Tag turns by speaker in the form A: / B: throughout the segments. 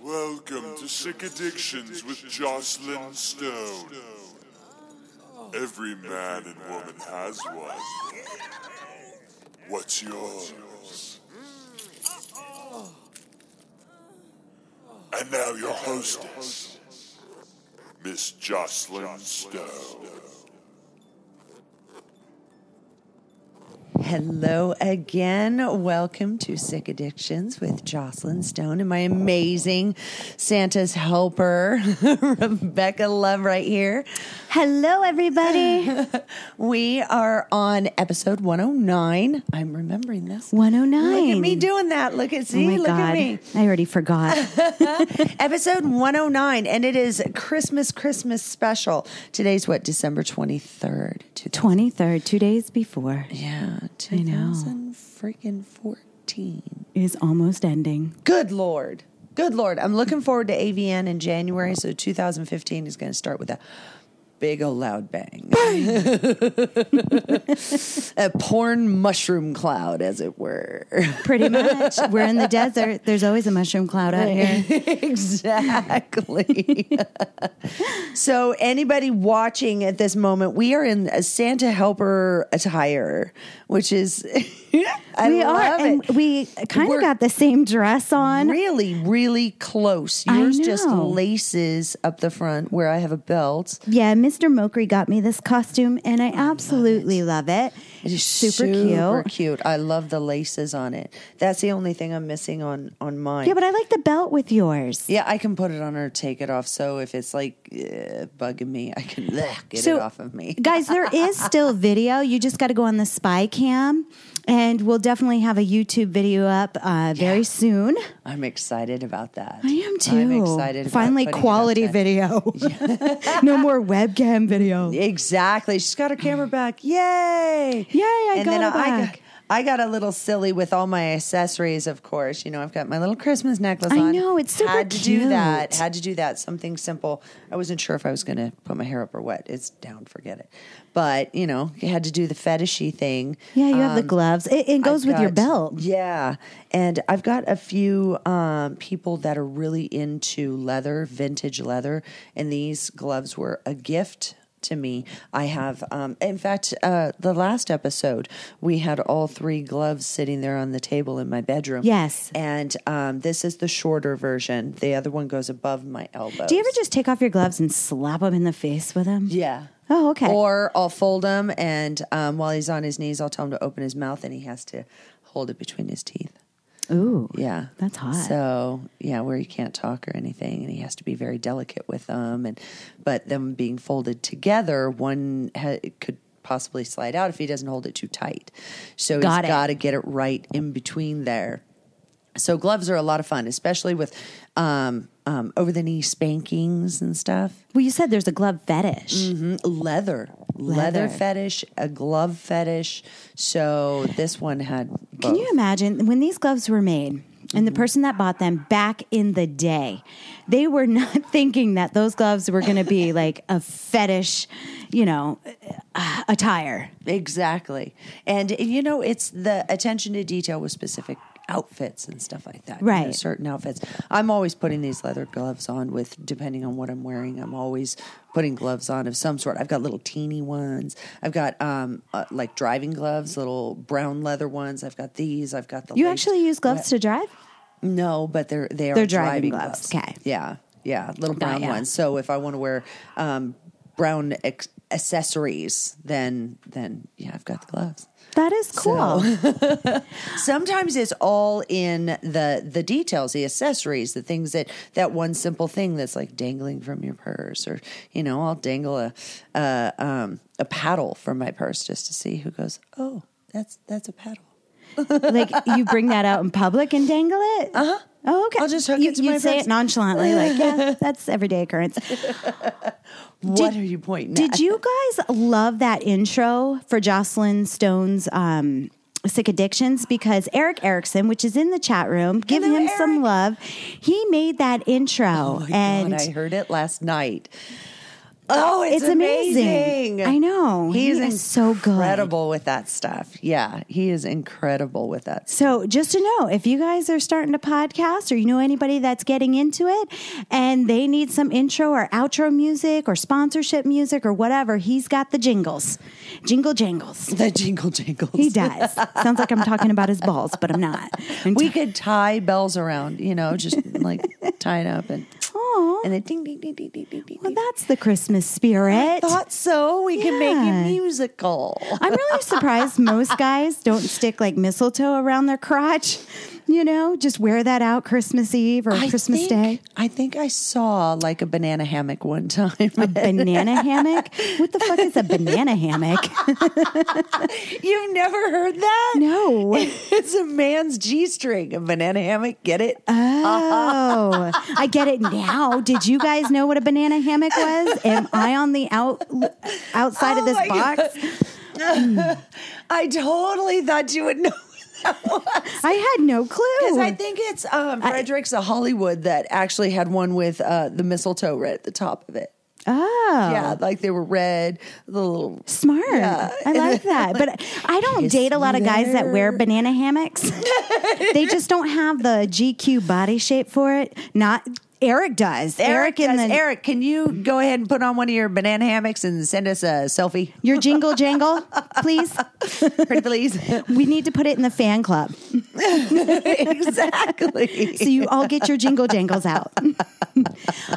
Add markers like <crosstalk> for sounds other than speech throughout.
A: Welcome to Sick Addictions with Jocelyn Stone. Every man and woman has one. What's yours? And now your hostess, Miss Jocelyn Stone.
B: Hello again. Welcome to Sick Addictions with Jocelyn Stone and my amazing Santa's helper, <laughs> Rebecca Love, right here.
C: Hello, everybody.
B: <laughs> We are on episode 109. I'm remembering this.
C: 109.
B: Look at me doing that. Look at
C: Oh
B: see.
C: my
B: look
C: God.
B: at me.
C: I already forgot.
B: <laughs> Episode 109, and it is Christmas, Christmas special. Today's what, December 23rd? 2000.
C: 23rd, two days before,
B: Yeah,
C: know.
B: 2000 freaking 14.
C: is almost ending.
B: Good Lord. Good Lord. I'm looking forward to AVN in January. So 2015 is going to start with a big old loud bang. <laughs> a porn mushroom cloud, as it were. <laughs>
C: Pretty much. We're in the desert. There's always a mushroom cloud out here.
B: exactly. <laughs> so, anybody watching at this moment, we are in a Santa helper attire, which is. <laughs> <laughs> I
C: we
B: love
C: are, and
B: it.
C: we kind
B: We're-
C: of got the same dress on.
B: really, really close.
C: I
B: Yours just
C: know.
B: laces up the front where I have a belt.
C: Yeah, Mr. Mokri got me this costume, and I absolutely love it.
B: It is
C: super,
B: super
C: cute.
B: cute. I love the laces on it. That's the only thing I'm missing on on mine.
C: Yeah, but I like the belt with yours.
B: Yeah, I can put it on or take it off. So if it's like eh, bugging me, I can <laughs> eh, get
C: So-
B: it off of me. <laughs>
C: Guys, there is still video. You just got to go on the spy cam, and we'll definitely have a YouTube video up uh, very soon.
B: I'm excited about that.
C: I am too.
B: I'm excited. about
C: Finally,
B: putting it up
C: quality
B: there. <laughs>
C: video. no more webcam video.
B: Exactly. She's got her
C: <sighs>
B: camera back. Yay!
C: Yay, I
B: and
C: got
B: then
C: it
B: I, I got
C: back.
B: I got a little silly with all my accessories, of course. You know, I've got my little Christmas necklace
C: I
B: on.
C: know, it's super
B: Had to do that.
C: cute.
B: Had to do that. Something simple. I wasn't sure if I was going to put my hair up or what. It's down, forget it. But, you know, you had to do the fetishy thing.
C: Yeah, you have the gloves. It, it goes
B: Um, I've
C: with your
B: got-
C: belt.
B: Yeah. And I've got a few um, people that are really into leather, vintage leather. And these gloves were a gift to me. I have, um, in fact, uh, the last episode, we had all three gloves sitting there on the table in my bedroom.
C: Yes.
B: And um, this is the shorter version. The other one goes above my elbow.
C: Do you ever just take off your gloves and slap them in the face with them?
B: Yeah.
C: Oh, okay.
B: Or I'll fold him, and um, while he's on his knees, I'll tell him to open his mouth, and he has to hold it between his teeth.
C: Ooh.
B: Yeah.
C: That's hot.
B: So, yeah, where he can't talk or anything and he has to be very delicate with them and but them being folded together, one ha- could possibly slide out if he doesn't hold it too tight. So
C: Got
B: he's
C: it.
B: got to get it right in between there. So gloves are a lot of fun, especially with um, um, over the knee spankings and stuff.
C: Well, you said there's a glove fetish.
B: Mm-hmm. Leather. leather,
C: Leather.
B: fetish, a glove fetish. So this one had.
C: Can
B: both. Mm-hmm.
C: you imagine when these gloves were made and the person that bought them back in the day, they were <laughs> not thinking that those gloves were going to
B: <laughs>
C: be like a fetish, you know, uh, attire.
B: Exactly. And you know, it's the attention to detail with specific outfits and stuff like that. you know,
C: Right.
B: certain outfits. I'm always putting these leather gloves on with depending on what I'm wearing. I'm always putting gloves on of some sort. I've got little teeny ones. I've got um uh, like driving gloves, little brown leather ones. I've got these. I've got the
C: You
B: laced-
C: actually use gloves to drive?
B: no, but they're they are
C: They're driving gloves. Okay.
B: Yeah. Yeah. Little brown
C: yeah.
B: ones. So if I want to wear um, brown ex- accessories, then then yeah, I've got the gloves.
C: That is cool.
B: Sometimes it's all in the the details, the accessories, the things that that one simple thing that's like dangling from your purse, or you know, I'll dangle a a, um, a paddle from my purse just to see who goes. Oh, that's that's a paddle.
C: like you bring that out in public and dangle it. Uh huh. Oh, okay.
B: Uh-huh. I'll just hook
C: you,
B: it to
C: you
B: my
C: say
B: friends.
C: it nonchalantly, like
B: <laughs>
C: yeah, that's everyday occurrence.
B: what are you pointing? at?
C: Did you guys love that intro for Jocelyn Stone's um, Sick Addictions? Because Eric Erickson, which is in the chat room, give
B: Hello,
C: him some
B: Eric.
C: love. He made that intro,
B: Oh my God,
C: and
B: I heard it last night. Oh, it's,
C: It's amazing. I know.
B: He,
C: He
B: is,
C: is so good.
B: Incredible with that stuff. Yeah, he is incredible with that. stuff.
C: So, just to know, if you guys are starting a podcast or you know anybody that's getting into it and they need some intro or outro music or sponsorship music or whatever, he's got the jingles. Jingle jangles.
B: The jingle jingles.
C: He does. Sounds like I'm talking about his balls, but I'm not.
B: <laughs>
C: I'm
B: We could tie bells around, you know, just like
C: <laughs>
B: tie it up and
C: Aw.
B: and then ding ding ding ding ding ding ding.
C: Well, that's the Christmas spirit.
B: thought so. We can make it
C: Yeah.
B: musical.
C: I'm really surprised most guys don't stick like mistletoe around their crotch. You know, just wear that out Christmas Eve or Christmas
B: think,
C: Day.
B: I think I saw like a banana hammock one time. <laughs>
C: A banana hammock? What the fuck is a
B: <laughs>
C: banana hammock?
B: You've never heard that?
C: No.
B: <laughs> It's a man's G string. A banana hammock. Get it?
C: Oh, I get it now. Did you guys know what a banana hammock was? Am I on the out outside
B: Oh
C: of this
B: my
C: box?
B: I totally thought you would know.
C: I had no
B: Because
C: clue.
B: I think it's um, Frederick's a Hollywood that actually had one with uh, the mistletoe right at the top of it.
C: oh,
B: Yeah, like they were red, the little.
C: smart.
B: Yeah.
C: I like that. But I don't
B: kiss
C: date a lot
B: me
C: of guys that wear
B: there. <laughs>
C: banana hammocks. they just don't have the GQ body shape for it. Not Eric does. Eric, in
B: does-
C: the
B: Eric, can you go ahead and put on one of your banana hammocks and send us a selfie,
C: your jingle jangle, please.
B: pretty <laughs> please?
C: We need to put it in the fan club
B: exactly.
C: so you all get your jingle jangles out. <laughs>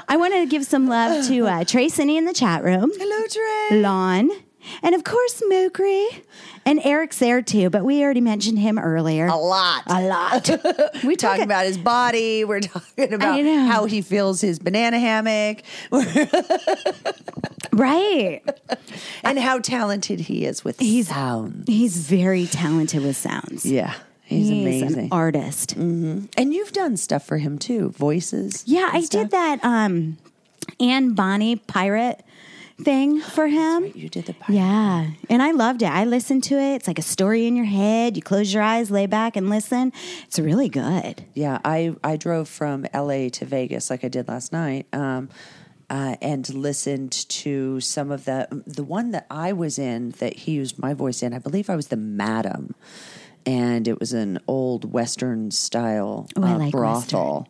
C: I want to give some love to uh, Tracini in the chat room,
B: Hello, Trey.
C: Lon, and of course Mokri, and Eric's there too. But we already mentioned him earlier.
B: A lot.
C: A lot.
B: We're talking about his body. We're talking about
C: know.
B: how he feels his banana hammock
C: right.
B: and how talented he is with
C: He's-
B: sound.
C: He's very talented with sounds.
B: Yeah, he's,
C: He's
B: amazing. Mm,
C: an artist.
B: and you've done stuff for him too, voices.
C: Yeah, I
B: and stuff.
C: did that um Anne Bonnie pirate thing for him.
B: You did the part.
C: Yeah. And I loved it. I listened to it. It's like a story in your head. You close your eyes, lay back, and listen. It's really good.
B: Yeah, I I drove from LA to Vegas like I did last night, um, uh, and listened to some of the um, the one that I was in that he used my voice in. I believe I was the madam, and it was an old western style
C: Oh, I
B: uh,
C: like
B: brothel.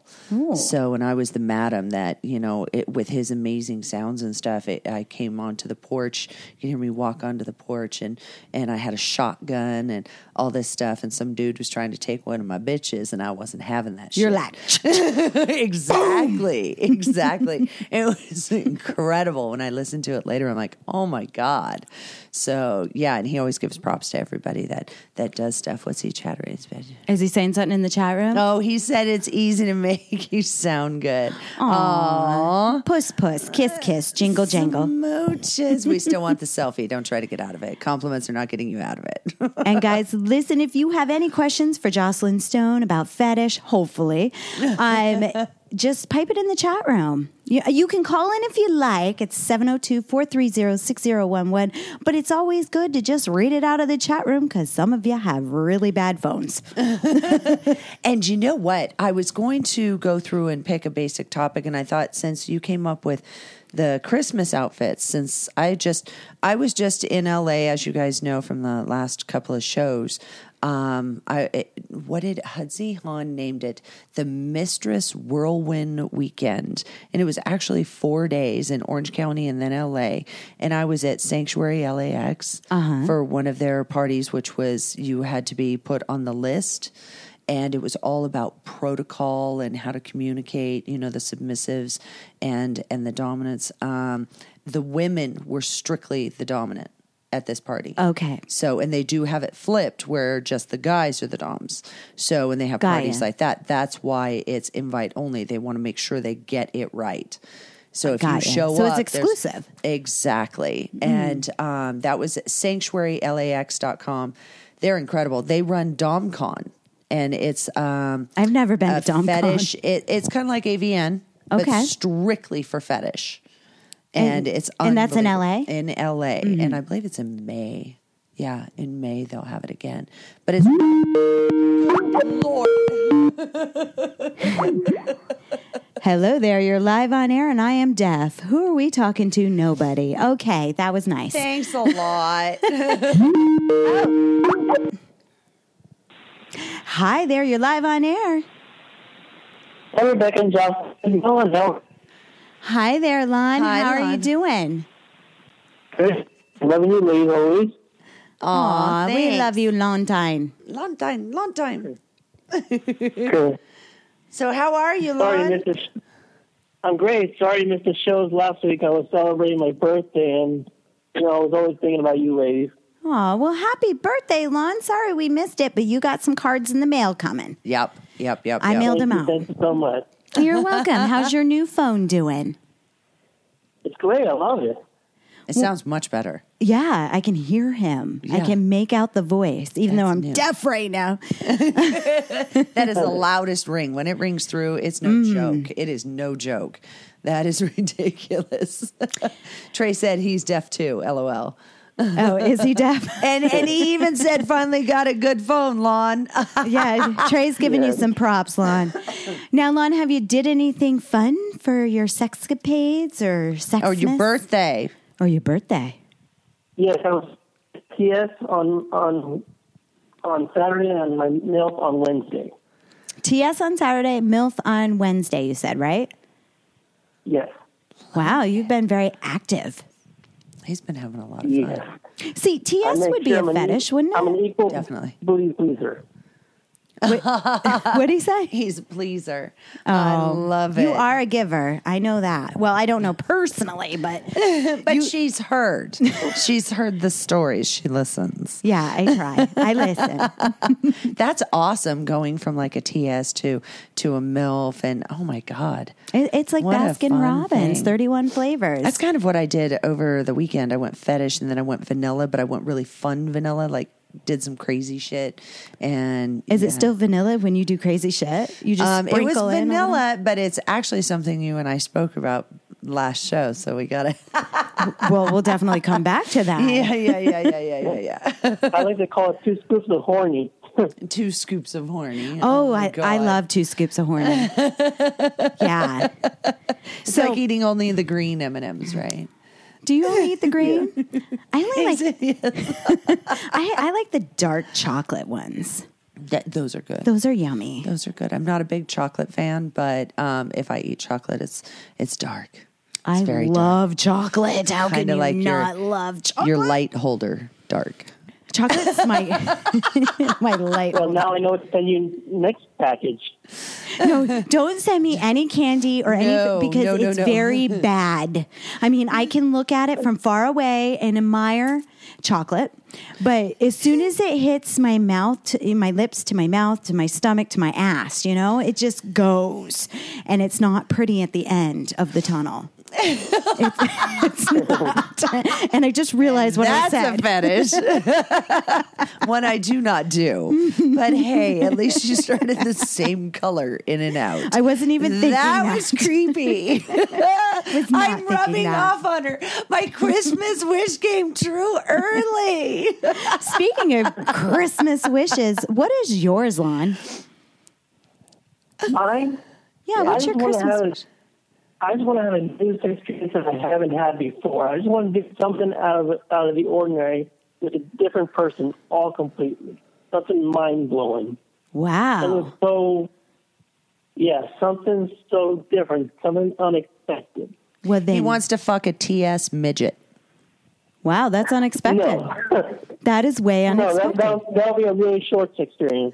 B: So when I was the madam, that you know, it, with his amazing sounds and stuff, it, I came onto the porch. You can hear me walk onto the porch, and and I had a shotgun and all this stuff. And some dude was trying to take one of my bitches, and I wasn't having that.
C: You're
B: shit.
C: like,
B: <laughs> exactly, <laughs> exactly. it was incredible. When I listened to it later, I'm like, oh my god. So yeah, and he always gives props to everybody that that does stuff. What's he chattering? It's been-
C: is he saying something in the chat room?
B: Oh, he said it's easy to make <laughs> you sound good. Aww.
C: Oh, Puss, puss, kiss, kiss, jingle, jangle.
B: Smooches. We still
C: <laughs>
B: want the selfie. Don't try to get out of it. Compliments are not getting you out of it.
C: and <laughs> guys, listen, if you have any questions for Jocelyn Stone about fetish, hopefully, <laughs> um, just pipe it in the chat room. You, you can call in if you like. It's 702 430 6011. But it's always good to just read it out of the chat room because some of you have really bad phones.
B: and you know what? I was going to go through and pick a basic topic, and I thought since you came up with the Christmas outfits, since I just I was just in LA, as you guys know from the last couple of shows. Um, I it, what did Hudsey Hahn named it the Mistress Whirlwind Weekend, and it was actually four days in Orange County and then LA. And I was at Sanctuary LAX for one of their parties, which was you had to be put on the list and it was all about protocol and how to communicate you know the submissives and and the dominants um, the women were strictly the dominant at this party
C: Okay.
B: so and they do have it flipped where just the guys are the doms so when they have
C: Got
B: parties
C: ya.
B: like that that's why it's invite only they want to make sure they get it right so if
C: Got
B: you
C: ya.
B: show
C: So
B: up
C: it's
B: there's-
C: exclusive. Mm-hmm.
B: Exactly. And um, that was sanctuarylax.com. They're incredible. They run DomCon, and it's um,
C: I've never been
B: a
C: to DomCon.
B: fetish. It, it's kind of like AVN,
C: Okay.
B: but strictly for fetish. And, it's
C: and that's in Mm-hmm.
B: unbelievable.
C: LA?
B: In LA, and I believe it's in May. Yeah, in May they'll have it again. But
C: <laughs>
B: it's Lord,
C: Hello there, you're live on air and I am deaf. Who are we talking to? Nobody. Okay, that was nice.
B: Thanks a lot. <laughs>
C: Hi there, you're live on air.
D: Hey, Rebecca and Jeff. How's it going? No.
C: Hi there, Lon.
B: Hi,
C: How are you
B: Lon.
C: doing?
D: Good. Loving you, lady, always.
B: Aw,
C: Aw, we
B: thanks.
C: love you, Lontine.
B: long time, long time.
D: Good.
B: So how are you,
D: Sorry,
B: Lon?
D: Mrs. I'm great. Sorry, to miss the shows last week. I was celebrating my birthday, and you know, I was always thinking about you, ladies.
C: Aw, well, happy birthday, Lon. Sorry we missed it, but you got some cards in the mail coming.
B: Yep, yep, yep.
C: I
B: yep.
C: mailed- Hold them
D: Thank you,
C: out.
D: Thank you so much.
C: You're welcome. How's your new phone doing?
D: It's great. I love it.
B: It sounds much better.
C: Yeah, I can hear him. I
B: Yeah.
C: can make out the voice, even though
B: That's
C: I'm
B: new.
C: deaf right now.
B: That is the loudest ring. When it rings through, it's no joke. It is no joke. That is <laughs> ridiculous. <laughs> Trey said he's deaf too. LOL.
C: Oh, is he deaf?
B: <laughs> And and he even
C: <laughs>
B: said finally got a good phone, Lon. <laughs>
C: yeah, Trey's giving you some props, Lon. Now, Lon, have you did anything fun for your sexcapades or sex
B: or Oh, your birthday.
C: or your birthday?
D: Yes, I was TS on on on Saturday and my milk on Wednesday.
C: TS on Saturday, MILF on Wednesday. You said right?
D: Yes.
C: Wow, you've been very active.
B: He's been having a lot of
D: Yes.
B: fun.
C: See,
D: I
C: TS
D: make
C: would be
D: sure
C: a
D: I'm an e-
C: fetish, wouldn't
D: I'm
C: it?
D: an equal
B: Definitely.
D: booty
C: <laughs>
D: pleaser.
C: What'd he say?
B: He's a pleaser. I love it.
C: You are a giver. I know that. Well, I don't know
B: <laughs>
C: personally, but
B: but she's <laughs> heard. she's heard the stories. She listens.
C: yeah, I try. I listen.
B: That's awesome going from like a TS to to a MILF and oh my God.
C: <laughs> It, it's like
B: What a
C: Baskin
B: fun
C: Robbins,
B: thing.
C: 31 flavors.
B: That's kind of what I did over the weekend. I went fetish and then I went vanilla, but I went really fun vanilla, like did some crazy shit. And
C: Is
B: yeah.
C: it still vanilla when you do crazy shit? You just
B: Um, it was
C: sprinkle in all that?
B: vanilla, but it's actually something you and I spoke about last show. So we
C: <laughs>
B: got to.
C: well, we'll definitely come back to that.
B: <laughs> yeah, yeah, yeah, yeah, yeah, yeah, yeah.
D: I like to call it two scoops of horny.
B: Two scoops of horny.
C: Oh,
B: my
C: I, I
B: God.
C: love two scoops
B: <laughs>
C: of horny. yeah.
B: It's
C: so, Mm-hmm.
B: like eating only the green M and M's, right?
C: do you
B: <laughs>
C: only eat the green? I only like
B: Yeah,
C: I, I like the dark chocolate ones.
B: those are good.
C: Those are yummy.
B: Those are good. I'm not a big chocolate fan, but um, if I eat chocolate, it's it's dark. It's
C: I
B: very dark.
C: love chocolate. How can
B: Kinda
C: you
B: like your-
C: not love chocolate?
B: your light holder dark.
C: Chocolate's my <laughs> my light.
D: Well, now I know what to send you next package.
C: No, don't send me any candy or
B: No,
C: anything because
B: no, no,
C: it's
B: no. <laughs>
C: very bad. I mean, I can look at it from far away and admire chocolate, but as soon as it hits my mouth, to, my lips to my mouth, to my stomach, to my ass, you know, it just goes, and it's not pretty at the end of the tunnel. <laughs> it's, it's not. And I just realized what I
B: That's
C: said.
B: a fetish. <laughs> One I do not do. But hey, at least you started the same color in and out.
C: I wasn't even thinking
B: that,
C: that.
B: was
C: <laughs>
B: creepy.
C: not
B: I'm
C: thinking
B: rubbing
C: that.
B: off on her. My Christmas wish came true early.
C: Speaking of Christmas wishes, what is yours, Lon?
D: Mine?
C: Yeah, what's
D: I
C: your
D: just wanna
C: Christmas
D: have- I just want to have a new experience that I haven't had before. I just want to do something out of out of the ordinary with a different person, all completely. Something mind blowing. It was
C: Wow.
D: so, yeah, something so different, something unexpected.
C: Well, then,
B: He wants to fuck a TS midget.
C: wow, that's unexpected.
D: <laughs> No,
C: That is way
D: no,
C: unexpected.
D: that, that'll, that'll be a really short experience.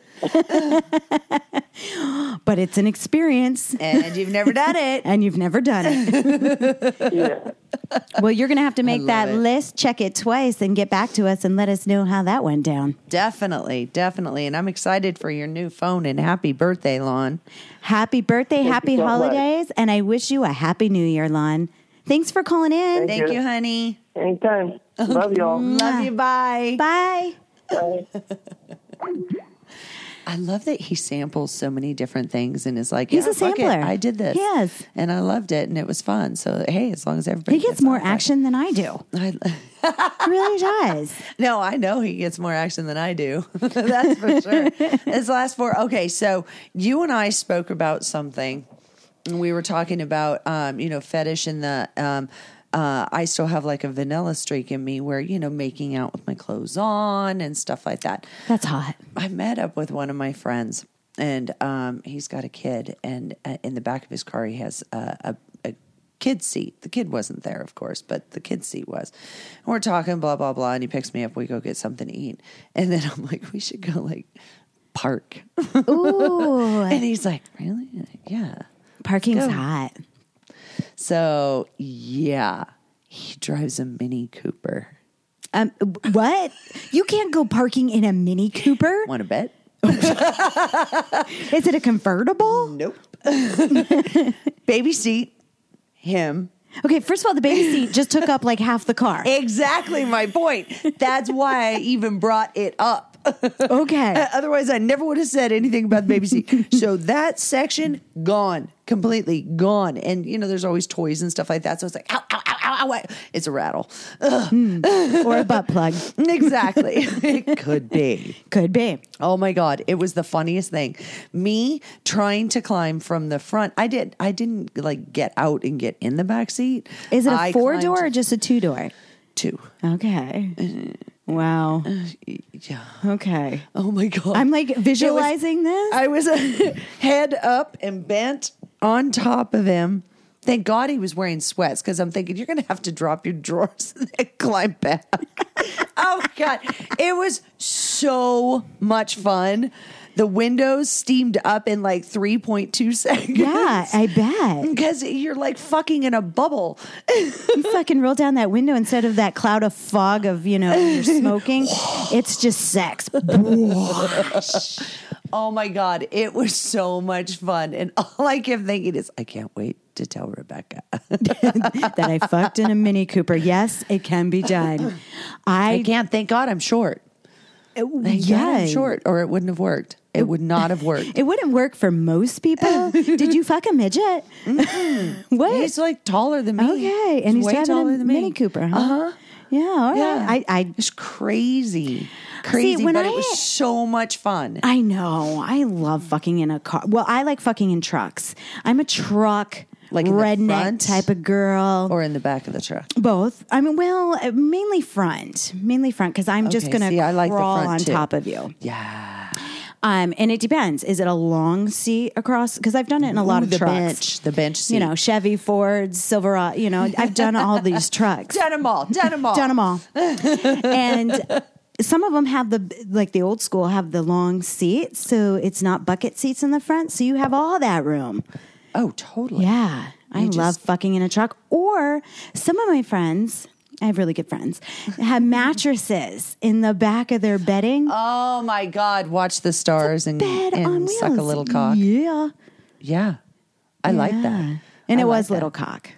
C: But it's an experience
B: And you've never done it.
C: and you've never done
D: <laughs>
C: it.
D: Yeah.
C: well, you're going to have to make
B: love
C: that
B: it.
C: list, check it twice, and get back to us and let us know how that went down.
B: Definitely, definitely. And I'm excited for your new phone and happy birthday, Lon.
C: Happy birthday, happy
D: you so much.
C: holidays, and I wish you a happy new year, Lon. Thanks for calling in.
B: Thank
D: you.
B: you, honey.
C: <laughs>
D: Anytime. Love y'all.
C: Mm-hmm.
B: Love you. Bye.
C: Bye.
D: Bye.
B: I love that he samples so many different things and is like,
C: He's
B: "Yeah,
C: a
B: fuck it,
C: sampler.
B: I did this.
C: He is.
B: And I loved it and it was fun. So, hey, as long as everybody
C: He gets more action than I
D: <laughs>
C: do.
B: action.
C: He really does.
B: no, I know he gets more action than I do. <laughs>
C: <laughs>
B: That's for sure. His last four. Okay. So, you and I spoke about something we were talking about um, you know fetish in the um, uh, I still have like a vanilla streak in me where you know making out with my clothes on and stuff like that.
C: That's
D: <laughs>
C: hot.
B: I met up with one of my friends, and um, he's got a kid, and uh, in the back of his car he has a, a, a kid seat. The kid wasn't there, of course, but the kid seat was. And we're talking, blah blah blah, and he picks me up. We go get something to eat, and then I'm like, we should go like park,
C: Ooh,
B: and he's like, really? I'm like, yeah.
C: parking's
B: Go.
C: hot.
B: So yeah, he drives a Mini Cooper.
C: Um, what? You can't go parking in a Mini Cooper?
B: Want to bet?
C: Is it a convertible?
B: Nope. <laughs> Baby seat. Him.
C: Okay, first of all, the <laughs> baby seat just took up like half the car.
B: Exactly my point. That's why I even brought it up.
C: <laughs>
B: Uh,
C: Okay.
B: Otherwise, I never would have said anything about the baby seat. so that section gone, completely gone. And you know, there's always toys and stuff like that. So it's like, ow, ow, ow, ow, ow. ow. It's a rattle.
C: or a butt plug. <laughs>
B: Exactly. it could be.
C: Could be.
B: Oh my god, it was the funniest thing. Me trying to climb from the front. I did. I didn't like get out and get in the back seat.
C: Is it a
B: I
C: four
B: climbed
C: door or just a two door?
B: two?
C: Okay. Uh, Wow.
B: Yeah.
C: Okay.
B: Oh my god.
C: I'm like
B: It was-
C: visualizing this.
B: I was uh, <laughs> head up and bent on top of him. Thank God he was wearing sweats because I'm thinking you're going to have to drop your drawers <laughs> and climb back. <laughs> oh God, it was so much fun. The windows steamed up in like 3.2 <laughs> seconds.
C: <laughs> Yeah, I bet.
B: because you're like fucking in a bubble.
C: You fucking roll down that window instead of that cloud of fog of, you know, <laughs> you're smoking. it's just sex. <laughs>
B: Oh my God, it was so much fun. And <laughs> all I kept thinking is, I can't wait to tell Rebecca.
C: that I fucked in a Mini Cooper. Yes, it can be done. I,
B: I can't. Thank God I'm short. Thank God I'm
C: yeah.
B: short, or it wouldn't have worked. It would not have worked.
C: <laughs> It wouldn't work for most people. Did you fuck a midget? <laughs> what?
B: he's like taller than me.
C: okay, and he's
B: way
C: driving a
B: taller than me.
C: Mini Cooper. Huh?
B: Uh-huh.
C: Yeah. All right.
B: Yeah.
C: I, I
B: It's crazy, crazy,
C: when
B: but
C: I- Um,
B: it was so much fun.
C: I know. I love fucking in a car. Well, I like fucking in trucks. I'm a truck
B: Like in the
C: redneck
B: front?
C: type of girl.
B: or in the back of the truck.
C: um, Both. I mean, well, uh, mainly front, mainly front, because I'm just
B: Okay,
C: gonna
B: see, I like the
C: crawl
B: front
C: on
B: too.
C: top of you.
B: Yeah,
C: Um, and it depends. Is it a long seat across? Because I've done it in a
B: Ooh,
C: lot of
B: the
C: trucks.
B: bench, the bench seat.
C: You know, Chevy, Ford, Silverado. You know, I've done all
B: <laughs>
C: these trucks.
B: done them all. Done them all.
C: Done
B: <laughs>
C: them all. and some of them have the like the old school have the long seats, so it's not bucket seats in the front, so you have all that room.
B: Oh, totally.
C: Yeah, I
B: just-
C: love fucking in a truck. Or some of my friends. I have really good friends.
B: <laughs>
C: Have mattresses in the back of their bedding.
B: Oh my God! Watch the stars and,
C: bed on
B: and
C: wheels.
B: suck a little cock.
C: Yeah.
B: Yeah, I like
C: Yeah.
B: that.
C: And
B: I
C: it
B: like
C: was
B: that.
C: little cock.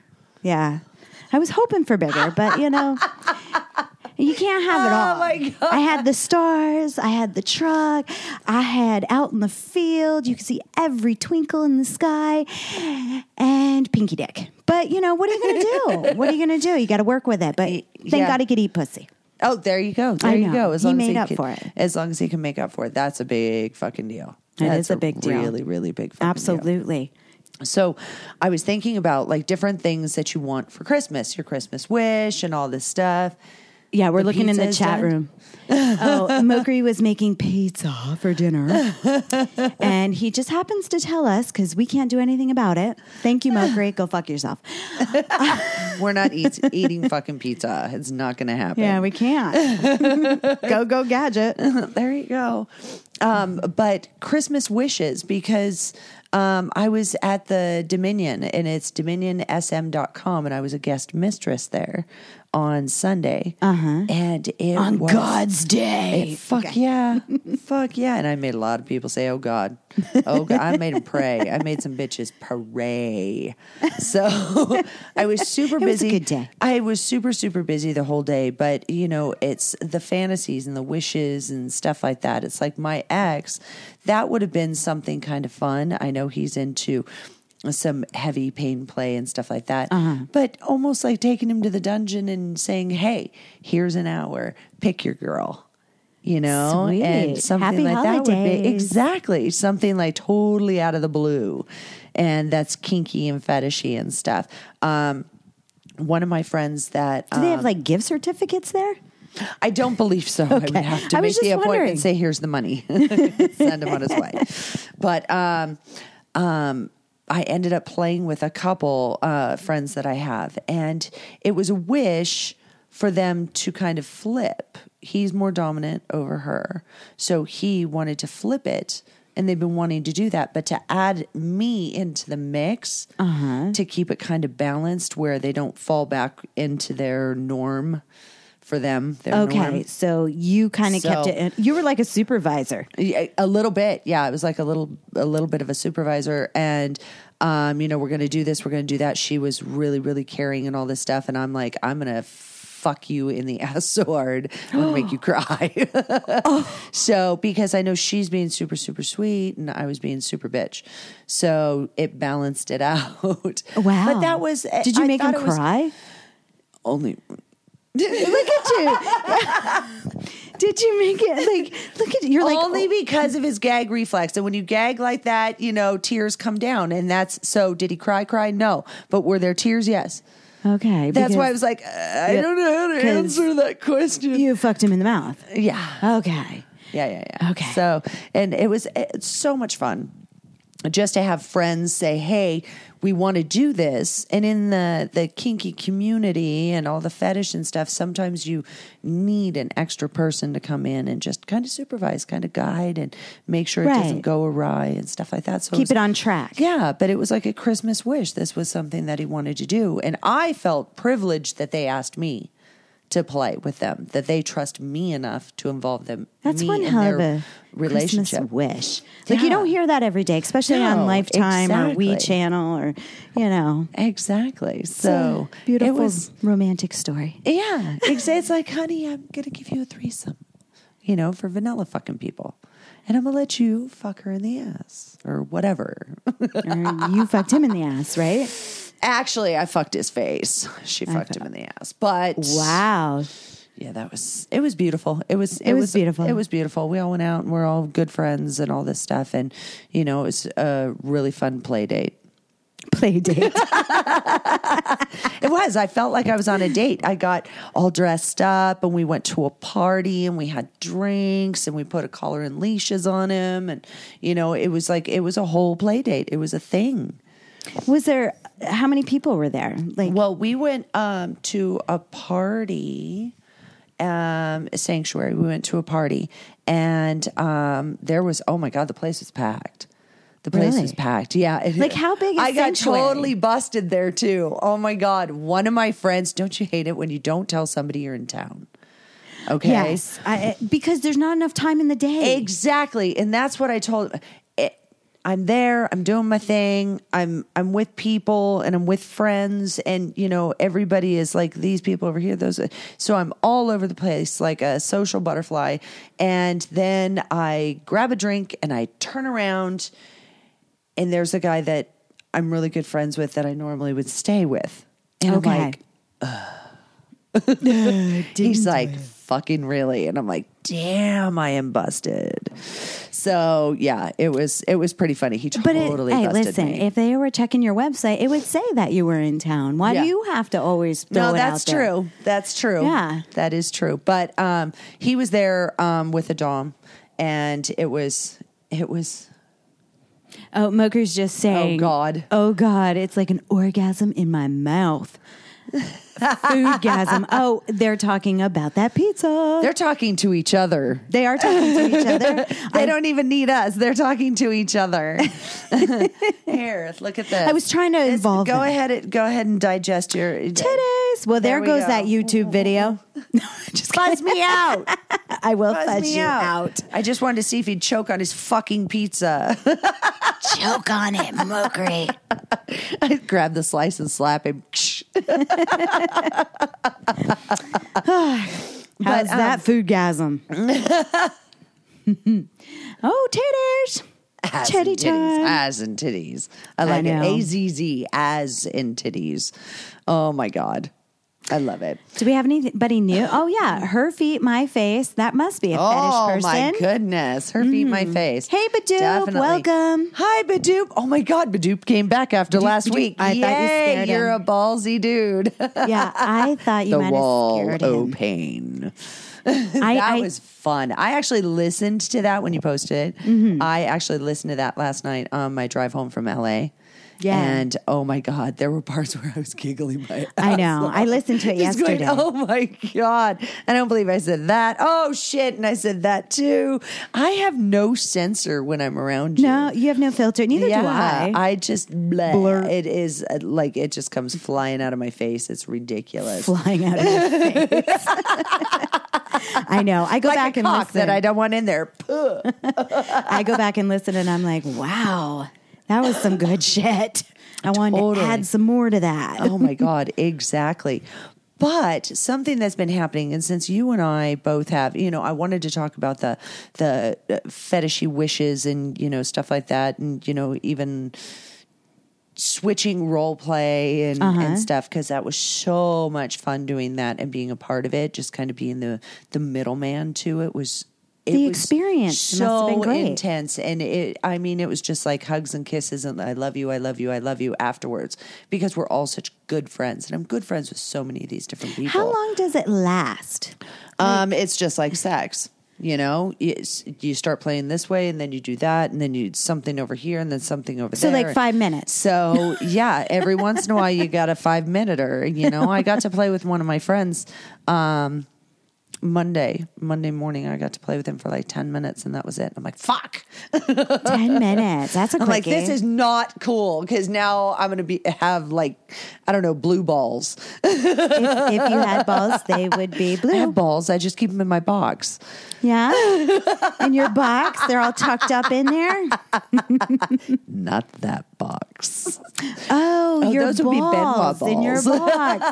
C: Yeah. I was hoping for bigger, but you
B: <laughs>
C: know, you can't have it
B: Oh,
C: all.
B: my God.
C: I had the stars, I had the truck, I had out in the field, you could see every twinkle in the sky, and pinky dick. But you know, what are you
B: <laughs>
C: going to do? what are you going to do? You got to work with it. But thank
B: Yeah.
C: God he could eat pussy.
B: Oh, there you go. There
C: I
B: you
C: know.
B: go. As
C: He
B: long as
C: made
B: he
C: up
B: can,
C: for it.
B: As long as he can make up for it. That's a big fucking deal.
C: That
B: That's
C: is a big deal.
B: Really, really big fucking deal.
C: Absolutely.
B: So I was thinking about like different things that you want for Christmas, your Christmas wish and all this stuff.
C: Yeah, we're
B: The
C: looking in the
B: pizza's
C: chat
B: done?
C: room. <laughs> oh, Mokri was making pizza for dinner. and he just happens to tell us because we can't do anything about it. Thank you, Mokri. Go fuck yourself.
B: We're not eat, <laughs> eating fucking pizza. It's not going to happen.
C: Yeah, we can't. <laughs> go, go, gadget.
B: <laughs> there you go. Um, but Christmas wishes because um, I was at the Dominion and it's dominionsm.com and I was a guest mistress there on Sunday. Uh-huh. And it
C: On
B: was
C: God's day.
B: Fuck
C: <laughs>
B: yeah. Fuck yeah. And I made a lot of people say, oh God. Oh God. I made them pray. I made some bitches pray. So <laughs> I was
C: <laughs>
B: super
C: was a
B: busy.
C: good day.
B: I was super, super busy the whole day. But, you know, it's the fantasies and the wishes and stuff like that. It's like my ex, that would have been something kind of fun. I know he's into some heavy pain play and stuff like that.
C: Uh-huh.
B: But almost like taking him to the dungeon and saying, hey, here's an hour, pick your girl you know, and
C: Sweet.
B: something
C: Happy
B: like that would be
C: holidays.
B: exactly something like totally out of the blue, and that's kinky and fetishy and stuff. Um, one of my friends that
C: Do they
B: um,
C: have like gift certificates there?
B: I don't believe so. I would
C: Okay.
B: have to
C: I
B: make
C: was
B: the
C: just
B: appointment
C: wondering.
B: and say, here's the money. <laughs> Send him on his way. But um, um, I ended up playing with a couple uh, friends that I have, and it was a wish for them to kind of flip. He's more dominant over her. So he wanted to flip it. And they've been wanting to do that, but to add me into the mix to keep it kind of balanced where they don't fall back into their norm for them. Their
C: Okay,
B: norm.
C: so you kind of kept
B: So-
C: it. You were like a supervisor.
B: Yeah, a little bit yeah it was like a little a little bit of a supervisor and um you know we're gonna do this we're gonna do that she was really really caring and all this stuff and i'm like i'm gonna fuck you in the <laughs> ass so hard i'm gonna
C: <gasps>
B: make you cry
C: Oh.
B: <laughs> so because i know she's being super super sweet and i was being super bitch so it balanced it <laughs> out
C: Wow.
B: but that was
C: Did you
B: I
C: make him
B: thought it was
C: cry?
B: only
C: look at you. Did you make it like look at you? You're like oh.
B: only because of his gag reflex. And when you gag like that, you know, tears come down. And that's so did he cry, cry? No. But were there tears? Yes.
C: okay.
B: That's
C: because
B: why I was like, uh, I
C: Yeah,
B: don't know how to
C: 'cause
B: answer that question.
C: you fucked him in the mouth.
B: yeah.
C: Okay.
B: Yeah, yeah, yeah.
C: Okay.
B: So, and it was it's so much fun just to have friends say, "Hey, we want to do this." And in the the kinky community and all the fetish and stuff, sometimes you need an extra person to come in and just kind of supervise, kind of guide, and make sure it doesn't
C: Right.
B: go awry and stuff like that. So
C: Keep
B: was-
C: it on track.
B: yeah, but it was like a Christmas wish. This was something that he wanted to do. And I felt privileged that they asked me to play with them, that they trust me enough to involve them.
C: That's
B: me
C: one
B: in
C: hell
B: their
C: of a
B: relationship.
C: Christmas wish. Like you
B: Yeah.
C: don't hear that every day, especially on
B: No,
C: Lifetime or We
B: exactly.
C: Channel or you know.
B: Exactly. So
C: beautiful
B: It was,
C: romantic story.
B: yeah. It's, it's like, honey, I'm going to give you a threesome, you know, for vanilla fucking people. And I'm going to let you fuck her in the ass or whatever. <laughs>
C: Or you fucked him in the ass, right?
B: Actually, I fucked his face. <laughs> She fucked him in the ass. But
C: Wow.
B: Yeah, that was it was beautiful. It was it,
C: was beautiful.
B: It was beautiful. We all went out and we're all good friends and all this stuff and you know, it was a really fun play date.
C: Play date.
B: It was. I felt like I was on a date. I got all dressed up and we went to a party and we had drinks and we put a collar and leashes on him and you know, it was like it was a whole play date. It was a thing.
C: <laughs> was there how many people were there? Like
B: Well, we went um, to a party, um, a sanctuary. We went to a party, and um, there was oh my god, the place was packed. The place
C: Really?
B: was packed. Yeah, it-
C: Like, how big is
B: I got
C: Sanctuary?
B: totally busted there too. Oh my god, one of my friends. Don't you hate it when you don't tell somebody you're in town? Okay,
C: Yes, I, because there's not enough time in the day.
B: Exactly, and that's what I told. It, I'm there. I'm doing my thing. I'm I'm with people and I'm with friends, and you know everybody is like these people over here. Those, so I'm all over the place like a social butterfly. And then I grab a drink and I turn around, and there's a guy that I'm really good friends with that I normally would stay with, and
C: Okay.
B: I'm like, he's like fucking really and i'm like damn i am busted so yeah it was it was pretty funny he
C: but it,
B: totally
C: hey,
B: busted
C: listen,
B: me
C: if they were checking your website, it would say that you were in town. Why
B: Yeah.
C: do you have to always throw
B: no
C: it
B: that's
C: out there?
B: true that's true
C: Yeah.
B: that is true but um he was there um with a dom and it was it was
C: Oh, Moker's just saying.
B: God.
C: Oh God, it's like an orgasm in my mouth. Foodgasm. Oh, they're talking about that pizza.
B: they're talking to each other
C: They are talking to each other.
B: <laughs> they don't even need us they're talking to each
C: <laughs>
B: other here look at this
C: I was trying to
B: This-
C: involve
B: go
C: them.
B: ahead and- go ahead and digest your
C: Titties. Well, there,
B: There we
C: goes
B: go.
C: that
B: <laughs>
C: YouTube video. just
B: Buzz me out.
C: <laughs> I will
B: Buzz
C: fudge
B: me
C: you
B: out.
C: out.
B: I just wanted to see if he'd choke on his fucking pizza.
C: Choke on it, Mokri.
B: <laughs> I'd grab the slice and slap him.
C: <laughs> How's
B: um,
C: that
B: <laughs>
C: foodgasm? oh, taters.
B: Ass
C: Titty
B: and titties.
C: time.
B: As and titties. I like
C: know.
B: it. A Z Z. As in titties. Oh my God. I love it.
C: Do we have anybody new? Oh yeah, her feet, my face. That must be a
B: Oh
C: fetish person.
B: my goodness. Her feet, my face.
C: Hey, Badoop, welcome.
B: Hi, Badoop. Oh my God, Badoop came back after last
C: Badoop.
B: week.
C: I thought you scared
B: are
C: him.
B: a ballsy dude. <laughs>
C: Yeah, I thought you
B: the
C: might
B: wall
C: have scared
B: oh <laughs>
C: him.
B: pain.
C: I,
B: that
C: I-
B: was fun. I actually listened to that when you posted it.
C: Mm-hmm.
B: I actually listened to that last night on my drive home from LA.
C: Yeah.
B: And oh my God, there were parts <laughs> where I was giggling my <laughs> ass
C: I know.
B: off.
C: I listened to it
B: Just going,
C: yesterday.
B: oh my God. I don't believe I said that. Oh shit. And I said that too. I have no censor when I'm around you.
C: no, you have no filter. Neither do I.
B: just bleh.
C: Blur.
B: It is uh, like it just comes flying out of my face. It's ridiculous.
C: <laughs> flying out of your face.
B: <laughs>
C: I know. I go
B: like
C: back
B: a
C: and
B: cock
C: listen.
B: that I don't want in there. Puh.
C: I go back and listen, and I'm like, wow, that was some good <laughs> shit. I wanted
B: Totally.
C: to add some more to
B: <laughs>
C: that.
B: oh my god exactly but something that's been happening and since you and i both have you know i wanted to talk about the the uh, fetishy wishes and you know stuff like that and you know even switching role play and, and stuff because that was so much fun doing that and being a part of it just kind of being the the middleman to it was it
C: The
B: was
C: experience must
B: so
C: have been great.
B: intense and it i mean it was just like hugs and kisses and i love you i love you i love you afterwards because we're all such good friends and i'm good friends with so many of these different people
C: How long does it last?
B: um, it's just like sex. You know, It's- you start playing this way, and then you do that, and then you something over here, and then something over
C: So,
B: there.
C: like, five minutes.
B: So yeah, every once in a while you got a five minuter. You know, I got to play with one of my friends um, Monday. Monday morning, I got to play with him for like ten minutes, and that was it. I'm like, fuck.
C: Ten minutes. That's a
B: I'm like,
C: quickie.
B: this is not cool because now I'm gonna be have like, I don't know, blue balls.
C: if, if you had balls, they would
B: <laughs>
C: be
B: I
C: blue.
B: have balls. I just keep them in my box. <laughs>
C: Yeah, in your box, they're all tucked up in there.
B: Not that box.
C: Oh, your
B: those would
C: balls
B: be Benoit
C: in your
B: balls.
C: <laughs> box.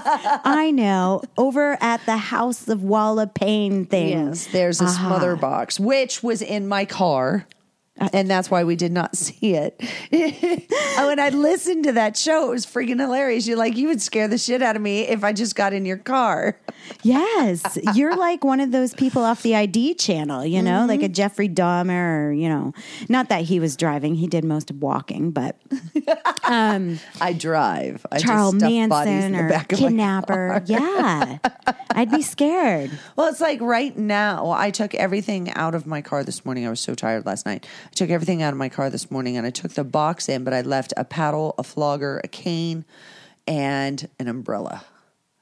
C: I know. Over at the House of Wall of Pain thing.
B: Yes, there's a smother box, which was in my car. And that's why we did not <laughs> see it. oh, and I listened to that show. It was freaking hilarious. You're like, you would scare the shit out of me if I just got in your car.
C: Yes, you're like one of those people off the ID channel, you know, like a Jeffrey Dahmer, or, you know, not that he was driving, he did most of walking, <laughs> but
B: I drive. I
C: Charles
B: just stuff bodies in
C: Manson
B: the
C: or
B: back of my
C: kidnapper. Yeah, I'd be scared.
B: Well, it's like right now, I took everything out of my car this morning. I was so tired last night. I took everything out of my car this morning and I took the box in, but I left a paddle, a flogger, a cane, and an umbrella.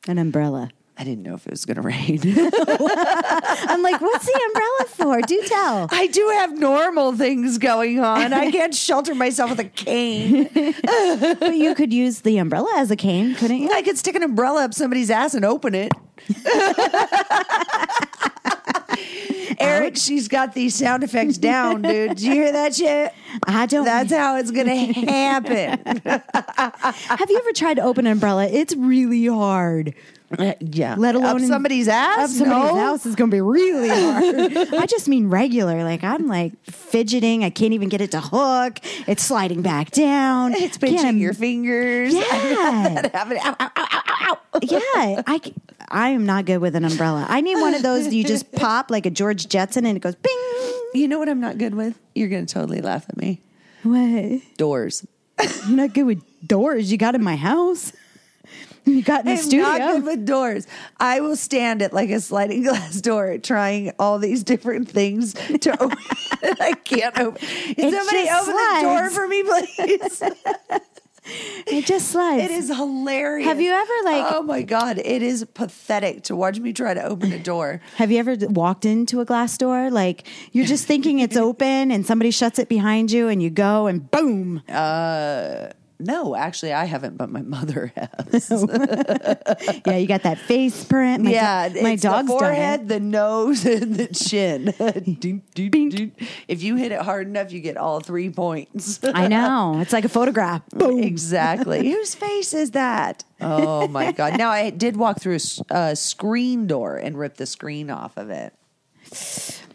C: An umbrella.
B: I didn't know if it was going to <laughs> rain.
C: I'm like, what's the umbrella for? Do tell.
B: I do have normal things going on. <laughs> I can't shelter myself with a cane.
C: But you could use the umbrella as a cane, couldn't you?
B: I could stick an umbrella up somebody's ass and open it. <laughs> Eric, she's got these sound effects down, dude. Did you hear that shit?
C: I don't.
B: That's how it's going to happen.
C: have you ever tried to open an umbrella? It's really hard.
B: Uh, yeah.
C: Let alone
B: up
C: in-
B: somebody's ass.
C: Up somebody's
B: no.
C: house is going to be really hard. I just mean regular. Like I'm like fidgeting. I can't even get it to hook. It's sliding back down.
B: It's pinching
C: Can't-
B: your fingers. <laughs>
C: Yeah,
B: That happened. Ow, ow, ow, ow, ow.
C: yeah. I, c- I am not good with an umbrella. I need one of those that you just pop like a George Jetson and it goes bing.
B: <laughs> You know what I'm not good with? You're going to totally laugh at me.
C: What?
B: Doors.
C: I'm not good with doors. You got in my house. You got in the
B: I'm
C: studio.
B: not good with doors. I will stand at like a sliding <laughs> glass door, trying all these different things to <laughs> open. I can't open. Can
C: It
B: somebody
C: just
B: open the door
C: slides.
B: for me, please? <laughs>
C: it just slides.
B: it is hilarious.
C: Have you ever, like-
B: Oh my god, it is pathetic to watch me try to open a door.
C: Have you ever d- walked into a glass door? Like you're just
B: <laughs>
C: thinking it's open and somebody shuts it behind you and you go and boom.
B: No, actually, I haven't, but my mother <laughs> has.
C: Yeah, you got that face print. My do-
B: yeah,
C: my
B: it's
C: dog's
B: the
C: done it.
B: forehead, the nose, <laughs> and the chin. <laughs> Doot, doot, doot. If you hit it hard enough, you get all three <laughs> points.
C: I know. It's like
B: <laughs>
C: a photograph. Boom.
B: Exactly. <laughs> Whose face is that? Oh <laughs> my God. Now, I did walk through a s- a screen door and rip the screen off of it.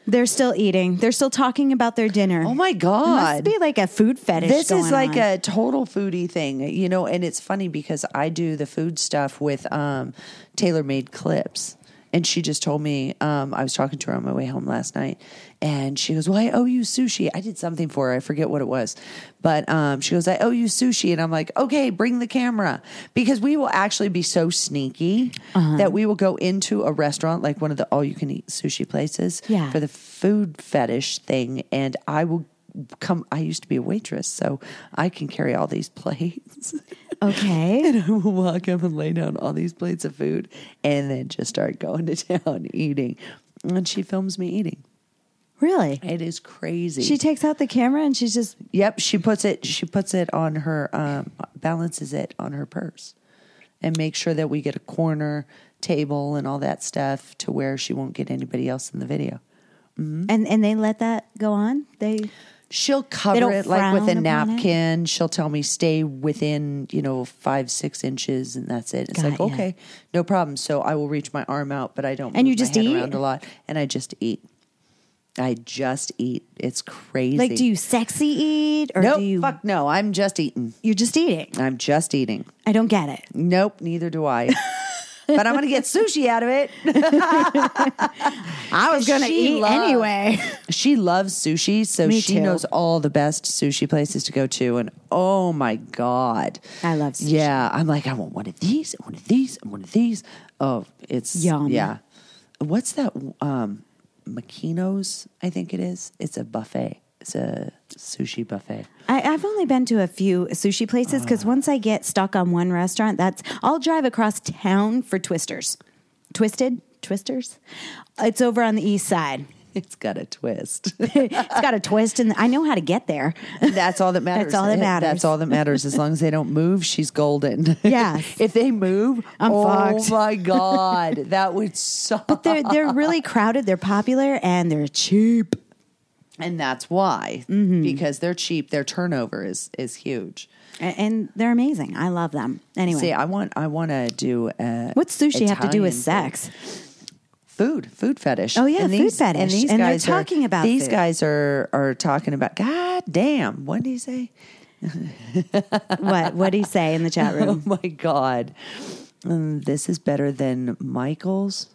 C: They're still eating. They're still talking about their dinner.
B: Oh my God.
C: Must be like a food fetish.
B: This is
C: going
B: like
C: on.
B: a total foodie thing, you know, and it's funny because I do the food stuff with um tailor-made clips. And she just told me, um, I was talking to her on my way home last night, and she goes, Well, I owe you sushi. I did something for her. I forget what it was. But um, she goes, I owe you sushi. And I'm like, Okay, bring the camera. Because we will actually be so sneaky
C: Uh-huh.
B: that we will go into a restaurant, like one of the all you can eat sushi places,
C: Yeah.
B: for the food fetish thing. And I will come I used to be a waitress, so I can carry all these <laughs> plates. <laughs>
C: okay.
B: I will walk up and lay down all these plates of food and then just start going <laughs> to town eating. And she films me eating.
C: Really?
B: It is crazy.
C: She takes out the camera and she's just
B: yep, she puts it she puts it on her um balances it on her purse and makes sure that we get a corner table and all that stuff to where she won't get anybody else in the video. Hmm?
C: and and they let that go on. They
B: She'll cover
C: don't
B: it like with a
C: frown upon it?
B: napkin. She'll tell me stay within, you know, five, six inches, and that's it. It's
C: Got
B: like
C: ya.
B: okay, no problem. So I will reach my arm out, but I don't.
C: And
B: move
C: you just
B: my head
C: eat?
B: around a lot, and I just eat. I just eat. It's crazy.
C: like, do you sexy eat or
B: Nope.
C: do you?
B: Fuck no. I'm just eating.
C: You're just eating.
B: I'm just eating.
C: I don't get it.
B: Nope. Neither do
C: <laughs>
B: I. but I'm gonna get sushi out of it.
C: I was gonna
B: She
C: eat
B: loved-
C: anyway.
B: She loves sushi, so
C: Me
B: she
C: too.
B: knows all the best sushi places to go to. And oh my god,
C: I love sushi.
B: Yeah, I'm like, I want one of these, one of these, and one of these. Oh, it's
C: Yum.
B: Yeah, what's that? Um, Makino's, I think it is. It's a buffet. It's a sushi buffet. <laughs>
C: I, I've only been to a few sushi places because
B: Ah.
C: once I get stuck on one restaurant, that's I'll drive across town for Twisters, Twisted Twisters. It's over on the east side. <laughs>
B: It's got a twist.
C: It's got a twist, and I know how to get there.
B: <laughs>
C: <laughs>
B: That's all that matters.
C: all that matters.
B: That's all that matters. As long as they don't move, she's <laughs> golden.
C: Yes.
B: if they move,
C: I'm
B: oh
C: fucked.
B: my <laughs> god, that would suck.
C: But they're they're really crowded. They're popular and they're cheap.
B: and that's why
C: Mm-hmm.
B: because they're cheap their turnover is is huge
C: A- and they're amazing. I love them. Anyway,
B: see i want i want to do uh
C: what sushi have to do with
B: Italian
C: sex?
B: food food fetish
C: Oh, yeah, food
B: and
C: fetish.
B: these
C: And they're
B: guys are-
C: talking about
B: these
C: food.
B: guys are are talking about god damn what did he
C: <laughs>
B: say
C: what what do you say in
B: <laughs>
C: the chat
B: oh
C: room?
B: my god Mm, this is better than michael's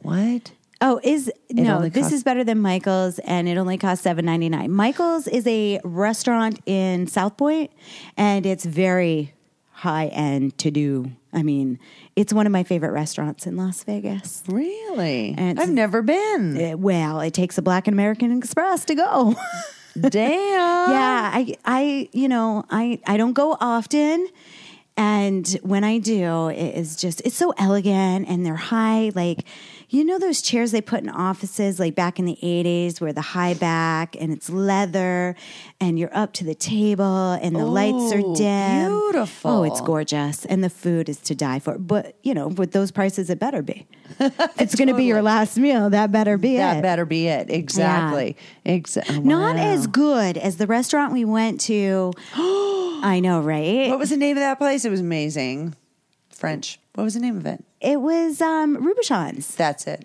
B: what
C: Oh, is no,
B: only
C: this
B: costs-
C: is better than Michael's and it only costs seven ninety nine. Michael's is a restaurant in South Point and it's very high end to do. I mean, it's one of my favorite restaurants in Las Vegas.
B: really
C: And it's-
B: i've never been
C: Uh, well, it takes a black and American Express to go.
B: <laughs>
C: <laughs>
B: damn
C: yeah, I I you know, I I don't go often and when I do, it is just it's so elegant and they're high like you know those chairs they put in offices like back in the 80s where the high back and it's leather and you're up to the table and the lights
B: Oh,
C: are dim.
B: beautiful.
C: Oh, it's gorgeous and the food is to die for. But, you know, with those prices it better
B: <laughs>
C: be. If it's going to be your last meal, that better be
B: that
C: it.
B: better be it exactly exactly
C: Not as good as the restaurant we went
B: <gasps>
C: to. I know, right?
B: What was the name of that place? It was amazing. French. What was the name of it?
C: It was um Rubichon's.
B: That's it.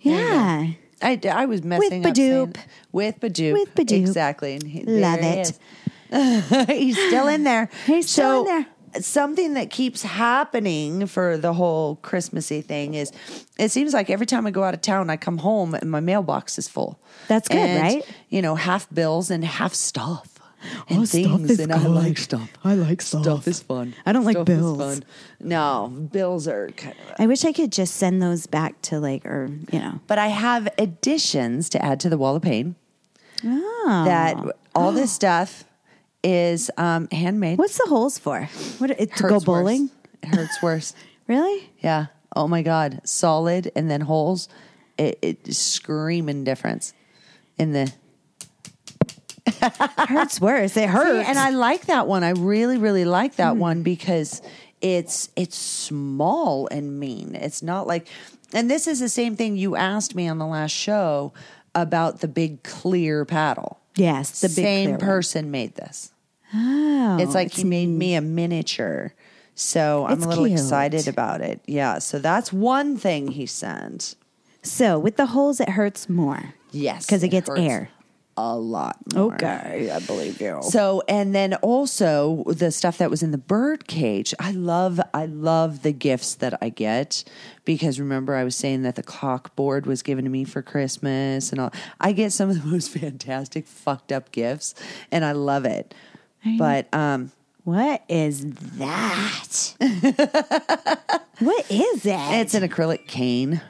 C: Yeah.
B: I, I was messing up.
C: Badoop.
B: saying- With Badoop.
C: With Badoop.
B: Exactly. And he,
C: Love
B: there he
C: it.
B: is. <laughs> He's still in there.
C: <laughs> He's still in
B: So, Something that keeps happening for the whole Christmassy thing is it seems like every time I go out of town, I come home and my mailbox is full.
C: That's good,
B: And,
C: right?
B: You know, half bills and half stuff. And
E: Oh, stuff
B: things,
E: is
B: and I like
E: good.
B: stuff.
E: I like stuff.
B: is fun.
C: I don't like
B: Stuff is
C: bills.
B: fun. No, bills are kind of
C: I wish I could just send those back to like or you know.
B: but I have additions to add to the wall of pain.
C: Oh.
B: That all <gasps> this stuff is um, handmade.
C: What's the holes for? What it,
B: Hurts
C: to go
B: worse.
C: bowling?
B: It hurts <laughs> worse.
C: Really?
B: yeah. Oh my God. Solid and then holes. It, it screaming difference in the.
C: It
B: <laughs>
C: hurts worse. It hurts.
B: and I like that one. I really, really like that
C: Hmm.
B: one because it's it's small and mean. It's not like, and this is the same thing you asked me on the last show about the big clear paddle.
C: yes, the big
B: same
C: clear one.
B: person made this.
C: Oh,
B: it's like he made me a miniature. So I'm
C: It's
B: a little
C: cute.
B: excited about it. Yeah. So that's one thing he sent.
C: So with the holes, it hurts more.
B: Yes.
C: 'Cause it gets
B: hurts
C: air.
B: A lot. more.
C: I believe you.
B: So and then also the stuff that was in the bird cage. I love I love the gifts that I get because remember I was saying that the clock board was given to me for Christmas and all. I get some of the <laughs> most fantastic fucked up gifts and I love it. But um
C: What is
B: <laughs>
C: that? what is it?
B: It's an acrylic cane.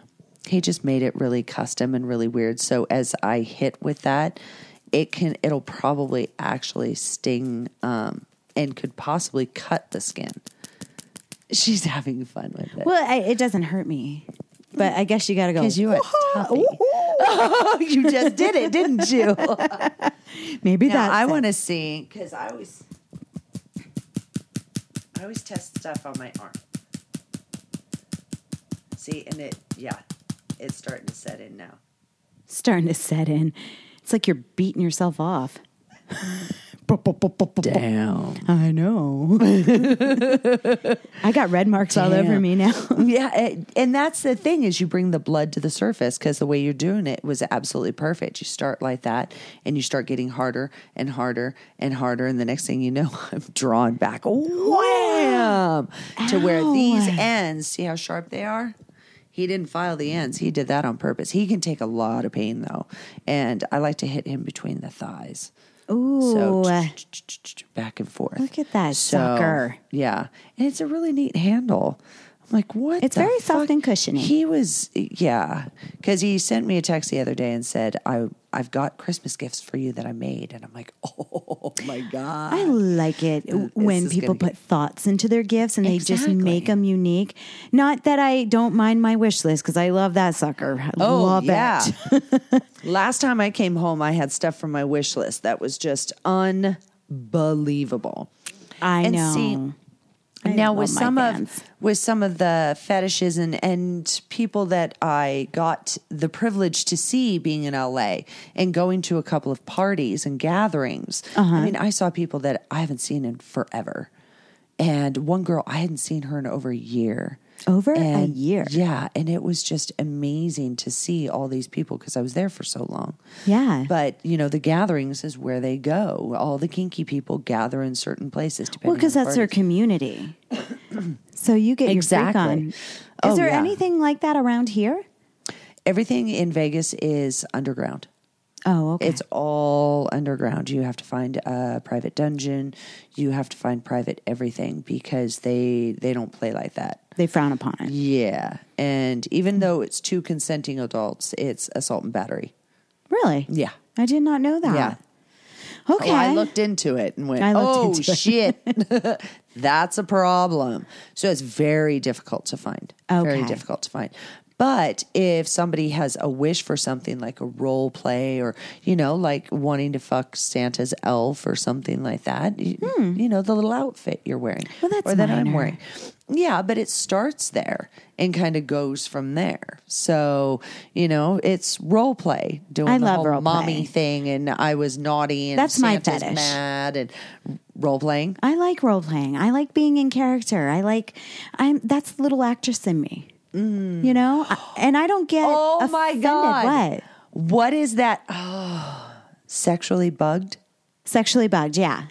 B: He just made it really custom and really weird. So as I hit with that, it can it'll probably actually sting um, and could possibly cut the skin. She's having fun with it
C: Well, I, it doesn't hurt me, but I guess you got to go.
B: because you are toughy. you just did it, didn't you?
C: <laughs> Maybe
B: <laughs> now
C: that
B: I want to see because I always I always test stuff on my arm. See, and it yeah, it's starting to set in now.
C: starting to set in. It's like you're beating yourself off.
B: Damn.
C: I know. <laughs> I got red marks all over
B: Damn.
C: me now. <laughs>
B: yeah, it- and that's the thing is you bring the blood to the surface because the way you're doing it was absolutely perfect. You start like that, and you start getting harder and harder and harder, and the next thing you know, <laughs> I'm drawn back, wham, to where these
C: Ow.
B: ends. See how sharp they are. He didn't file the ends. He did that on purpose. He can take a lot of pain though, and I like to hit him between the thighs.
C: Ooh.
B: So back and forth.
C: Look at that sucker.
B: Yeah, and it's a really neat handle. I'm like, what?
C: It's
B: the
C: very soft
B: fuck?
C: and cushiony.
B: He was, yeah, because he sent me a text the other day and said, "I I've got Christmas gifts for you that I made," and I'm like, <laughs> oh my god,
C: I like it w-
B: this
C: when
B: is
C: people
B: gonna
C: put thoughts into their gifts and they just make
B: Exactly.
C: them unique. Not that I don't mind my wish list because I love that sucker. I
B: Oh,
C: love <laughs>
B: yeah.
C: it.
B: Last time I came home, I had stuff from my wish list that was just unbelievable.
C: I
B: And
C: know.
B: see,
C: I
B: now
C: love
B: with
C: my
B: some
C: bands.
B: of with some of the fetishes and and people that I got the privilege to see being in LA and going to a couple of parties and gatherings.
C: Uh-huh.
B: I mean, I saw people that I haven't seen in forever. And one girl I hadn't seen her in over a year.
C: Over a
B: And-
C: year.
B: Yeah, and it was just amazing to see all these people because I was there for so long.
C: Yeah.
B: But, you know, the gatherings is where they go. All the kinky people gather in certain places depending
C: well, because
B: on
C: that's
B: parties. <coughs>
C: their community. so you get
B: Exactly.
C: your freak on. Is
B: Oh,
C: there
B: yeah.
C: anything like that around here?
B: Everything in Vegas is underground.
C: Oh, okay.
B: It's all underground. You have to find a private dungeon. You have to find private everything because they they don't play like that.
C: they frown upon it.
B: Yeah, and even though it's two consenting adults, it's assault and battery.
C: Really?
B: Yeah.
C: I did not know that.
B: Yeah.
C: Okay.
B: Oh, I looked into it and went,
C: I looked
B: "Oh
C: into it." <laughs>
B: shit, <laughs> that's a problem." So it's very difficult to find. Very
C: Okay.
B: difficult to find. But if somebody has a wish for something like a role play or, you know, like wanting to fuck Santa's elf or something like that, y- you, know, the little outfit you're wearing
C: Hmm. Well, that's
B: or that I'm
C: minor.
B: wearing. Yeah, but it starts there and kind of goes from there. So, you you know, it's role play, doing
C: I
B: the
C: love
B: whole
C: role
B: mommy
C: play.
B: thing, and I was naughty, and
C: That's my
B: Santa's
C: fetish.
B: mad, and role playing.
C: I like role playing. I like being in character. I like I'm that's the little actress in me. You know? I- and I don't get
B: Mm. Oh my
C: offended.
B: god,
C: What?
B: What is that? <gasps> Oh, sexually bugged.
C: Sexually bugged, yeah.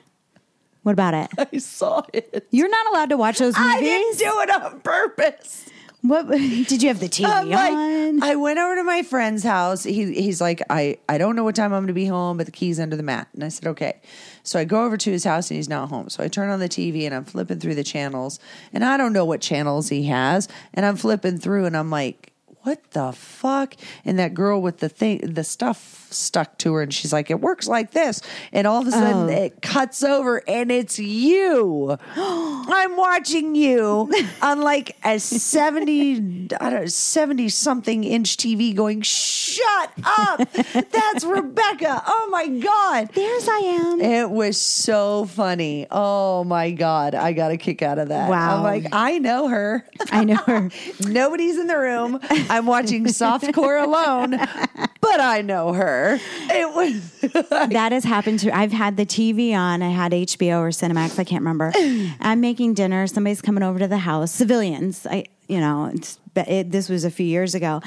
C: What about it?
B: <laughs> I saw it.
C: You're not allowed to watch those movies.
B: I didn't do it on purpose.
C: what <laughs> did you have the TV
B: I'm like,
C: on?
B: Oh I went over to my friend's house. He he's like, I, I don't know what time I'm gonna be home, but the key's under the mat. And I said, Okay. So I go over to his house and he's not home. So I turn on the TV and I'm flipping through the channels and I don't know what channels he has. And I'm flipping through and I'm like, what the fuck? And that girl with the thing, the stuff stuck to her, and she's like, "It works like this." And all of a sudden, it cuts over, and it's you. I'm watching you on like a seventy, I don't seventy something inch TV, going, "Shut up! That's Rebecca! Oh my god!"
C: There's I
B: <laughs>
C: am.
B: It was so funny. Oh my god, I got a kick out of that.
C: Wow.
B: I'm like, I know her. <laughs>
C: I know her.
B: Nobody's in the room. I'm watching softcore alone, but I know her. It was
C: that has happened to I've had the TV on. I had HBO or Cinemax.
B: <clears throat>
C: I can't remember. I'm making dinner. Somebody's coming over to the house. Civilians. I, you know, it's but it, this was a few years ago.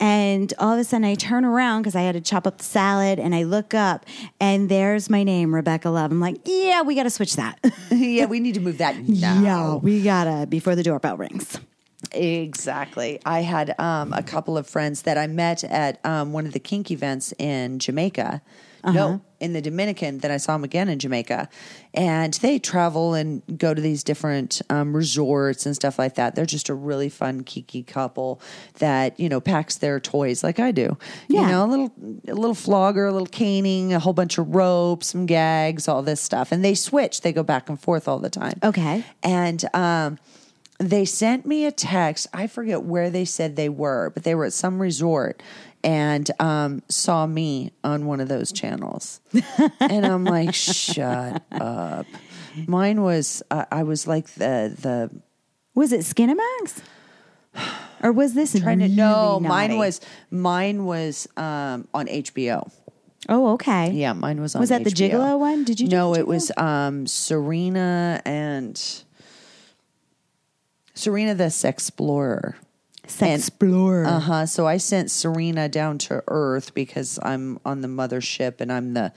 C: And all of a sudden, I turn around because I had to chop up the salad, and I look up, and there's my name, Rebecca Love. I'm like, yeah, we got to switch that. <laughs>
B: yeah, we need to move that now.
C: yeah, we gotta before the doorbell rings.
B: Exactly. I had um, a couple of friends that I met at um, one of the kink events in Jamaica. No, in the Dominican. Then I saw them again in Jamaica. And they travel and go to these different um, resorts and stuff like that. They're just a really fun, kiki couple that, you know, packs their toys like I do. You
C: Yeah.
B: know, a little, a little flogger, a little caning, a whole bunch of ropes, some gags, all this stuff. And they switch, they go back and forth all the time.
C: Okay.
B: And um, they sent me a text. I forget where they said they were, but they were at some resort and um, saw me on one of those
C: <laughs>
B: channels. and I'm like, shut up. Mine was, uh, I was like the, the,
C: Was it Skinamax? Or was this
B: trying to,
C: really
B: no,
C: naughty?
B: mine was, mine was um, on HBO.
C: Oh, okay.
B: Yeah, mine was on
C: Was that the
B: HBO.
C: Gigolo one? Did you do
B: No,
C: the
B: it was um, Serena and Serena the Sexplorer.
C: Sexplorer.
B: Uh huh. So I sent Serena down to Earth because I'm on the mothership and I'm the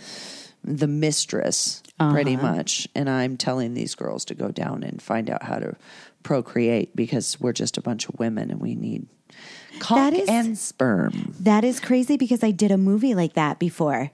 B: the mistress pretty
C: Uh-huh.
B: much, and I'm telling these girls to go down and find out how to procreate because we're just a bunch of women and we need cock
C: That is-
B: and sperm.
C: That is crazy because I did a movie like that before.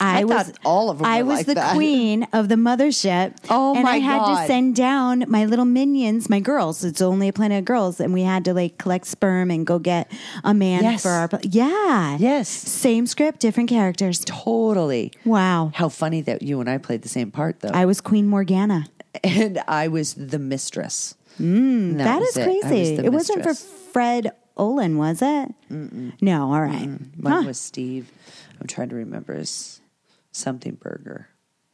C: I,
B: I
C: was
B: thought all of them
C: I
B: were
C: was
B: like
C: the
B: that.
C: queen of the mothership.
B: Oh
C: and
B: my
C: I had
B: God.
C: to send down my little minions, my girls. It's only a planet of girls, and we had to like collect sperm and go get a man
B: Yes.
C: for our. Yeah.
B: Yes.
C: Same script, different characters.
B: Totally.
C: Wow.
B: How funny that you and I played the same part though.
C: I was Queen Morgana.
B: and I was the mistress. Mm,
C: that is crazy. It, wasn't for Fred Olin, was it? No. All right.
B: mine
C: Huh.
B: was Steve. I'm trying to remember his something burger.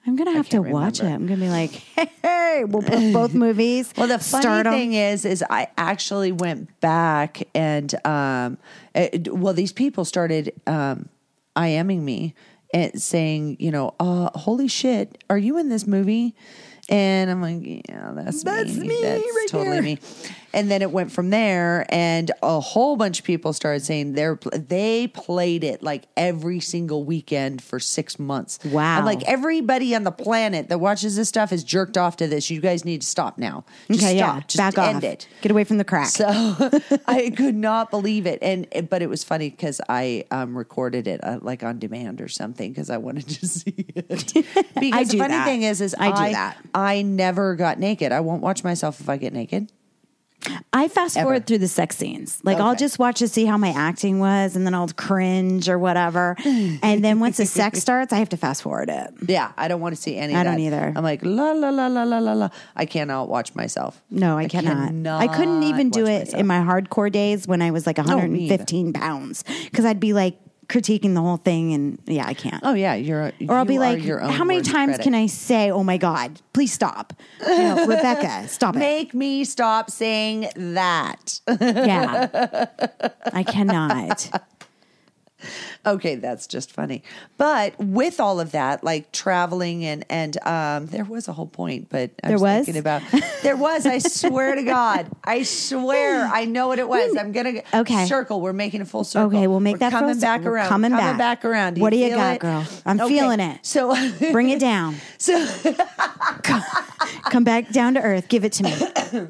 C: I'm gonna have to
B: can't
C: watch it.
B: remember.
C: I'm gonna be like,
B: <laughs>
C: hey, hey we'll put <laughs> both movies.
B: Well, the funny
C: start 'em.
B: thing is, is I actually went back and, um, it, well, these people started um, IMing me and saying, you know, uh, holy shit, are you in this movie? And I'm like, yeah, that's
C: That's me
B: That's
C: right
B: totally
C: there.
B: me. And then it went from there, and a whole bunch of people started saying they're they played it like every single weekend for six months.
C: Wow.
B: I'm like everybody on the planet that watches this stuff is jerked off to this. You guys need to stop now. Just
C: okay,
B: stop.
C: yeah,
B: Just
C: back
B: end
C: off.
B: it.
C: Get away from the crack.
B: So <laughs> I could not believe it, and eh, but it was funny because I um, recorded it uh, like on demand or something because I wanted to <laughs> see it. Because
C: <laughs> I
B: the
C: do
B: funny
C: that.
B: thing is, is
C: I do that.
B: I never got naked. I won't watch myself if I get naked.
C: I fast
B: Ever.
C: forward through the sex scenes. Like I'll
B: Okay.
C: just watch to see how my acting was, and then I'll cringe or whatever. and then once the
B: <laughs>
C: sex starts, I have to fast forward it.
B: Yeah, I don't want to see any. of
C: I don't
B: that.
C: either.
B: I'm like la la la la la la la. I cannot watch myself.
C: No, I, cannot. I couldn't even do
B: watch
C: it
B: myself.
C: in my hardcore days when I was like
B: either.
C: 115 pounds because I'd be like critiquing the whole thing, and yeah, I can't.
B: Oh yeah, you're. a-
C: Or I'll
B: you
C: be
B: are
C: like,
B: your own
C: how many
B: worst
C: times
B: critic.
C: can I say, oh my God, please stop? You
B: <laughs>
C: know, Rebecca, stop it.
B: make me stop saying that?
C: Yeah. I cannot.
B: okay, that's just funny. But with all of that, like traveling and and um, there was a whole point, but I
C: There
B: was,
C: was?
B: thinking about <laughs> there was. I swear to God, I swear I know what it was. I'm gonna
C: Okay.
B: circle. We're making a full circle.
C: Okay, we'll make
B: We're
C: that
B: coming
C: full-
B: back
C: we're
B: around.
C: coming
B: coming
C: back.
B: back around.
C: What do you
B: feel
C: got,
B: it?
C: girl? I'm feeling it.
B: So <laughs>
C: Bring it down.
B: so
C: <laughs> Come back down to earth. Give it to me.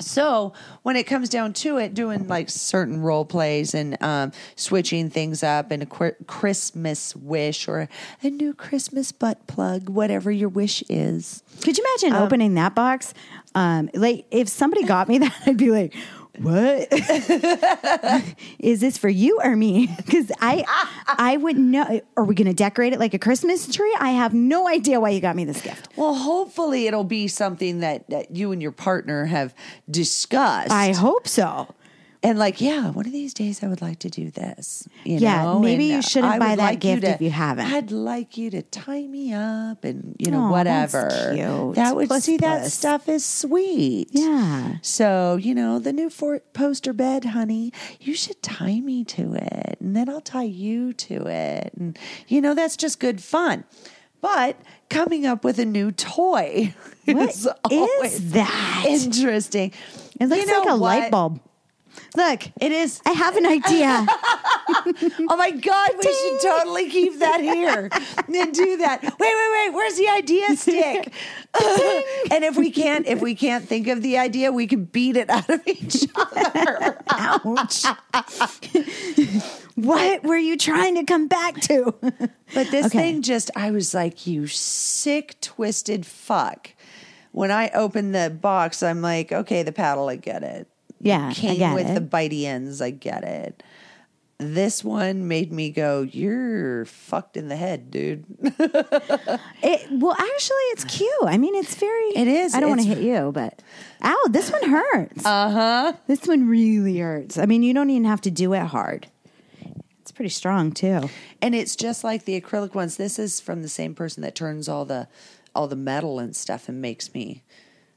B: So when it comes down to it, doing like certain role plays and um, switching things up and a qu- Christmas wish or a new Christmas butt plug, whatever your wish is.
C: Could you imagine opening that box? Um, like, if somebody got me <laughs> that, I'd be like, what <laughs> is this for you or me? <laughs> Because
B: <laughs>
C: I, I would know. Are we going to decorate it like a Christmas tree? I have no idea why you got me this gift.
B: Well, hopefully it'll be something that, that you and your partner have discussed.
C: I hope so.
B: and like, yeah, one of these days I would like to do this. You
C: Yeah,
B: know?
C: maybe
B: And,
C: you
B: uh,
C: shouldn't
B: I
C: buy
B: would
C: that
B: like you
C: gift
B: to-
C: if you haven't.
B: I'd like you to tie me up and you know
C: Aw, that's
B: whatever.
C: cute.
B: That would
C: Puss,
B: see that
C: puss.
B: stuff is sweet.
C: Yeah.
B: So you know the new four poster bed, honey. You should tie me to it, and then I'll tie you to it, and you know that's just good fun. But coming up with a new toy <laughs>
C: What
B: is
C: is
B: always
C: that?
B: interesting.
C: It looks
B: You know
C: like a
B: what?
C: light bulb. Look,
B: It is.
C: I have
B: <laughs>
C: an idea.
B: Oh my God, we should totally keep that here and do that. Wait, wait, wait. Where's the idea stick? and if we can't, if we can't think of the idea, we can beat it out of each other.
C: Ouch. what were you trying to come back to?
B: <laughs> But this
C: Okay.
B: thing just, I was like, you sick, twisted fuck. When I opened the box, I'm like, okay, the paddle, I get it.
C: <laughs> Yeah, I
B: Came
C: get
B: with
C: it.
B: the bitey ends, I get it. This one made me go, you're fucked in the head, dude.
C: It, well, actually, it's cute. I mean, it's very.
B: It is.
C: I don't want to
B: It's-
C: hit you, but ow, this one hurts. Uh
B: Uh-huh.
C: huh. This one really hurts. I mean, you don't even have to do it hard. It's pretty strong too.
B: And it's just like the acrylic ones. This is from the same person that turns all the all the metal and stuff and makes me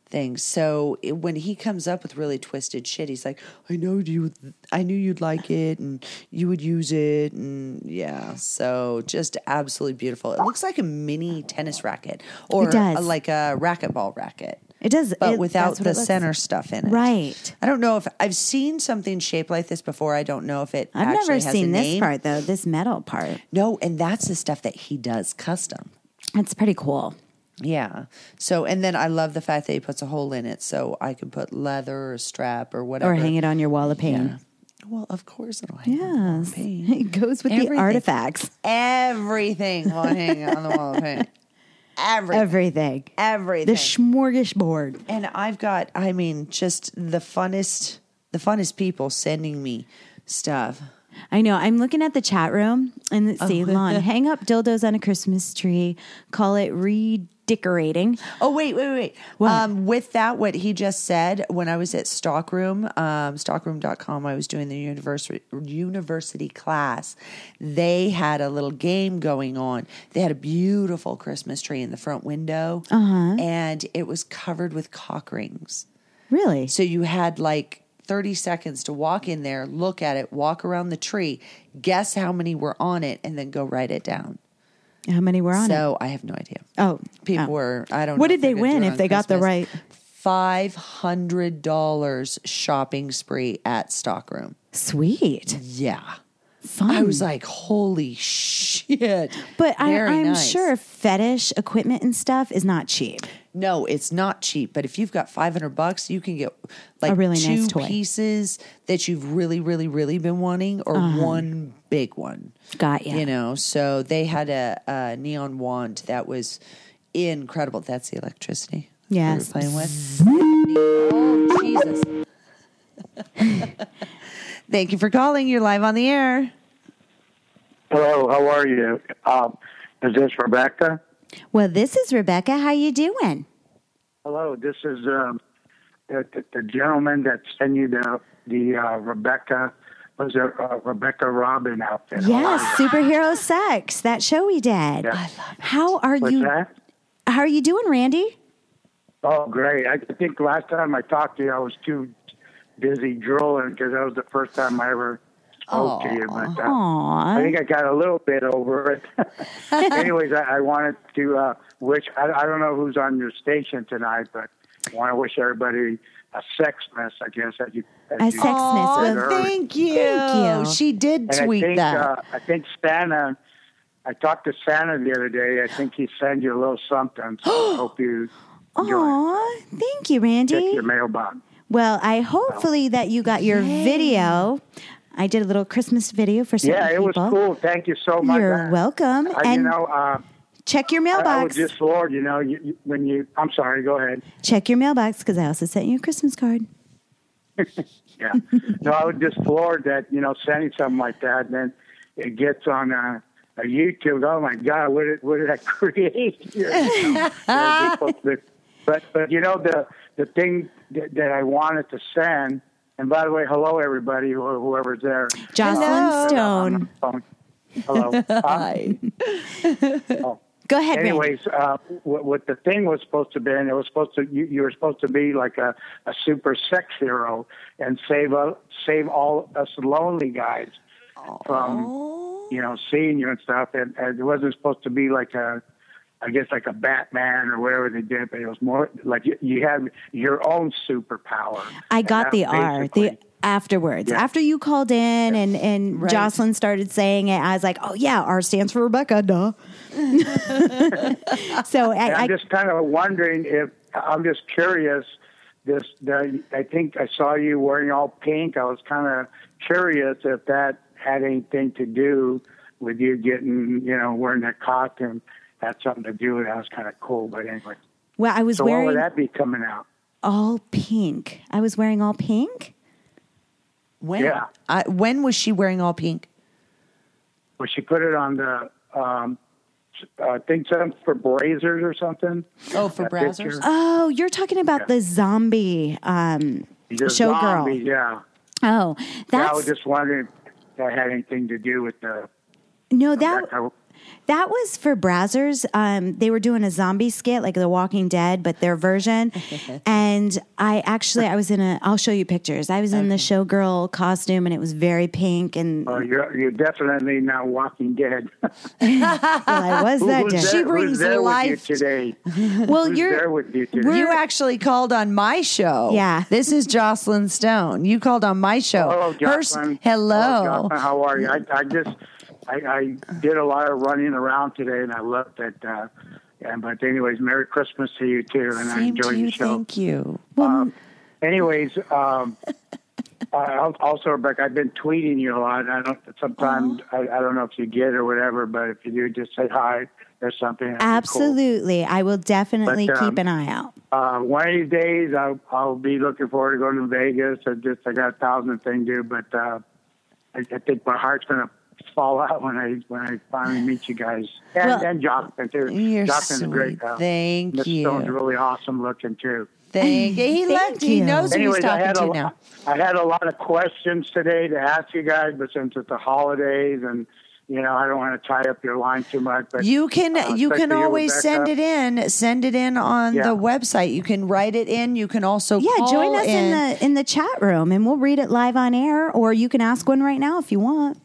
B: things. So it, when he comes up with really twisted shit, he's like, "I know you. I knew you'd like it, and you would use it, and yeah." So just absolutely beautiful. It looks like a mini tennis racket or
C: It does.
B: a- like a racquetball racket.
C: It does,
B: but
C: it-
B: without
C: that's what
B: the
C: it looks-
B: center stuff in it.
C: Right.
B: I don't know if I've seen something shaped like this before. I don't know if it.
C: I've
B: actually
C: never
B: has a
C: seen this
B: name.
C: part though. This metal part.
B: No, and that's the stuff that he does custom.
C: It's pretty cool.
B: Yeah. So, and then I love the fact that he puts a hole in it so I can put leather or strap or whatever.
C: Or hang it on your wall of pain.
B: Well, of course it'll hang on
C: Yes.
B: the wall of pain.
C: It goes with
B: Oh, Everything.
C: the artifacts.
B: Everything will hang on the wall of
C: <laughs>
B: pain. Everything.
C: Everything. The
B: everything.
C: smorgasbord.
B: and I've got, I mean, just the funnest, the funnest people sending me stuff.
C: I know. I'm looking at the chat room and
B: Oh.
C: it's see Lon.
B: <laughs>
C: Hang up dildos on a Christmas tree. Call it redecorating.
B: Oh wait, wait, wait.
C: What?
B: Um, with that, what he just said, when I was at Stockroom, um, stockroom.com, I was doing the university university class. They had a little game going on. They had a beautiful Christmas tree in the front window,
C: Uh-huh.
B: and it was covered with cock rings.
C: Really?
B: So you had like 30 seconds to walk in there, look at it, walk around the tree, guess how many were on it, and then go write it down.
C: How many were on it?
B: So I have no idea
C: Oh,
B: people
C: oh.
B: were i don't know
C: What
B: if
C: did they
B: they're gonna do
C: win
B: it
C: if
B: on
C: they got the
B: Christmas.
C: right-
B: $500 shopping spree at stockroom
C: sweet.
B: yeah
C: Fun.
B: i was like holy shit
C: but I,
B: Very
C: I'm
B: nice.
C: sure fetish equipment and stuff is not cheap.
B: no it's not cheap but if you've got 500 bucks you can get like
C: A really
B: two
C: nice toy.
B: pieces that you've really really really been wanting or
C: Uh-huh.
B: one big one
C: Got ya.
B: you know so they had a, a neon wand that was incredible that's the electricity we were
C: Yes.
B: playing with
C: <laughs>
B: Oh, Jesus.
C: <laughs>
B: Thank you for calling. You're live on the air.
E: Hello, how are you? Um, is this Rebecca?
C: Well, this is Rebecca. How you doing?
E: Hello, this is um, the, the, the gentleman that sent you the the uh, Rebecca was it uh, Rebecca Robin out there?
C: Yes, superhero sex. That show we did.
E: Yeah. I love
C: How are
E: What's
C: you?
E: that?
C: How are you doing, Randy?
E: Oh, great! I think last time I talked to you, I was too busy drooling because that was the first time I ever spoke to you. But uh, I
C: Aw.
E: think I got a little bit over it. <laughs> Anyways, I, I wanted to uh, wish, I, I don't know who's on your station tonight, but I want to wish everybody a sexmas, I guess. As you, as
C: A
E: you-
C: sex- Aw,
E: Christmas was-
B: thank you.
C: Thank you.
B: She did
E: And
B: tweet
E: I think,
B: that.
E: Uh, I think Santa, I talked to Santa the other day. I think he sent you a little something.
C: <gasps>
E: So I hope you enjoy it.
C: Aw. Thank you,
E: Check
C: Randy.
E: your mailbox.
C: Well, I hopefully that you got your video. I did a little Christmas video for certain
E: Yeah, it was
C: people.
E: cool. Thank you so much.
C: You're welcome.
E: I,
C: and
E: you know, uh,
C: check your
E: I, I was
C: mailbox.
E: just floored, you know, you, you, when you, I'm sorry, go ahead.
C: Check your mailbox because I also sent you a Christmas card.
E: Yeah. no, I was just floored that, you know, sending something like that and then it gets on uh a YouTube. Oh my God, what did what did I <laughs> create? here? You know,
C: <laughs>
E: they're supposed to- but but you know the the thing that, that I wanted to send. And by the way, hello everybody, who- whoever's there.
C: Jocelyn
E: Uh,
C: Stone.
E: on the phone. Hello. Hi.
C: Go ahead, Randy.
E: Anyways, uh, what, what the thing was supposed to be, and it was supposed to, you, you were supposed to be like a, a super sex hero and save uh, save all us lonely guys
C: Oh.
E: from you know seeing you and stuff. And, and it wasn't supposed to be like a, I guess like a Batman or whatever they did, but it was more like you, you had your own superpower.
C: I
E: And
C: got
E: that
C: the R. The
E: basically-
C: afterwards. After you called in and, and
B: Right.
C: Jocelyn started saying it, I was like, oh, yeah, R stands for Rebecca, duh. <laughs> so
E: And
C: I, I
E: I'm just kind of wondering if I'm just curious. This, the, I think I saw you wearing all pink. I was kind of curious if that had anything to do with you getting, you know, wearing that costume. Had something to do with it. That was kind of cool. But anyway,
C: well, I was
E: so when
C: wearing
E: would that be coming out?
C: all pink. I was wearing all pink.
B: When?
E: Yeah.
B: I, when was she wearing all pink?
E: Well, she put it on the, um, I think something for Brazers or something.
B: Oh, for
E: That
B: browsers.
E: picture.
C: Oh, you're talking about
E: Yeah.
C: the zombie. Um,
E: The
C: Showgirl.
E: zombie, yeah.
C: oh,
E: Yeah, I
C: that's
E: was just wondering if that had anything to do with the.
C: no
E: that
C: that
E: kind of-
C: that was for Brazzers. Um, they were doing a zombie skit like The Walking Dead, but their
E: <laughs>
C: version. and I actually I was in a. I'll show you pictures. I was in the showgirl costume, and it was very pink.
E: <laughs>
C: And
E: Well, you're, you're definitely not Walking Dead. <laughs>
C: well, I was that
E: Who's
C: day.
E: there-
B: She brings
E: who's there
B: life
E: With you today.
C: well,
E: Who's
C: you're
E: there with you today?
B: You actually called on my show.
C: Yeah.
B: This is Jocelyn Stone. You called on my show.
E: Hello,
B: Her-
E: Jocelyn.
B: hello.
E: Jocelyn, how are you? I, I just I, I did a lot of running around today, and I loved it. Uh, and but anyways, Merry Christmas to you too, and I
B: Same
E: enjoyed
B: to you.
E: your show.
B: Thank you.
E: Anyways, um, <laughs> I, also Rebecca, I've been tweeting you a lot. And I don't. Sometimes I, I don't know if you get it or whatever, but if you do, just say hi or something. that'd be cool.
C: absolutely. I will definitely
E: But, um,
C: keep an eye out.
E: Uh, one of these days, I'll, I'll be looking forward to going to Vegas. I just I got a thousand things to do, but uh, I, I think my heart's gonna fall out when I when I finally meet you guys and,
C: Well,
E: and Jonathan too.
B: you're
E: Jonathan's a great.
B: sweet.
E: Uh,
B: Thank
E: Miss
B: you.
E: Stone's really awesome looking too.
B: Thank you. He looked. He
C: you.
B: knows who he's
E: I
B: talking
E: had
B: to
E: a,
B: now.
E: I had a lot of questions today to ask you guys, but since it's the holidays and you know, I don't want to tie up your line too much. But
B: You can
E: uh,
B: you
E: especially
B: can always
E: Rebecca.
B: send it in. Send it in on
E: Yeah.
B: the website. You can write it in. You can also
C: Yeah,
B: call
C: join us in.
B: in
C: the in the chat room, and we'll read it live on air, or you can ask one right now if you want.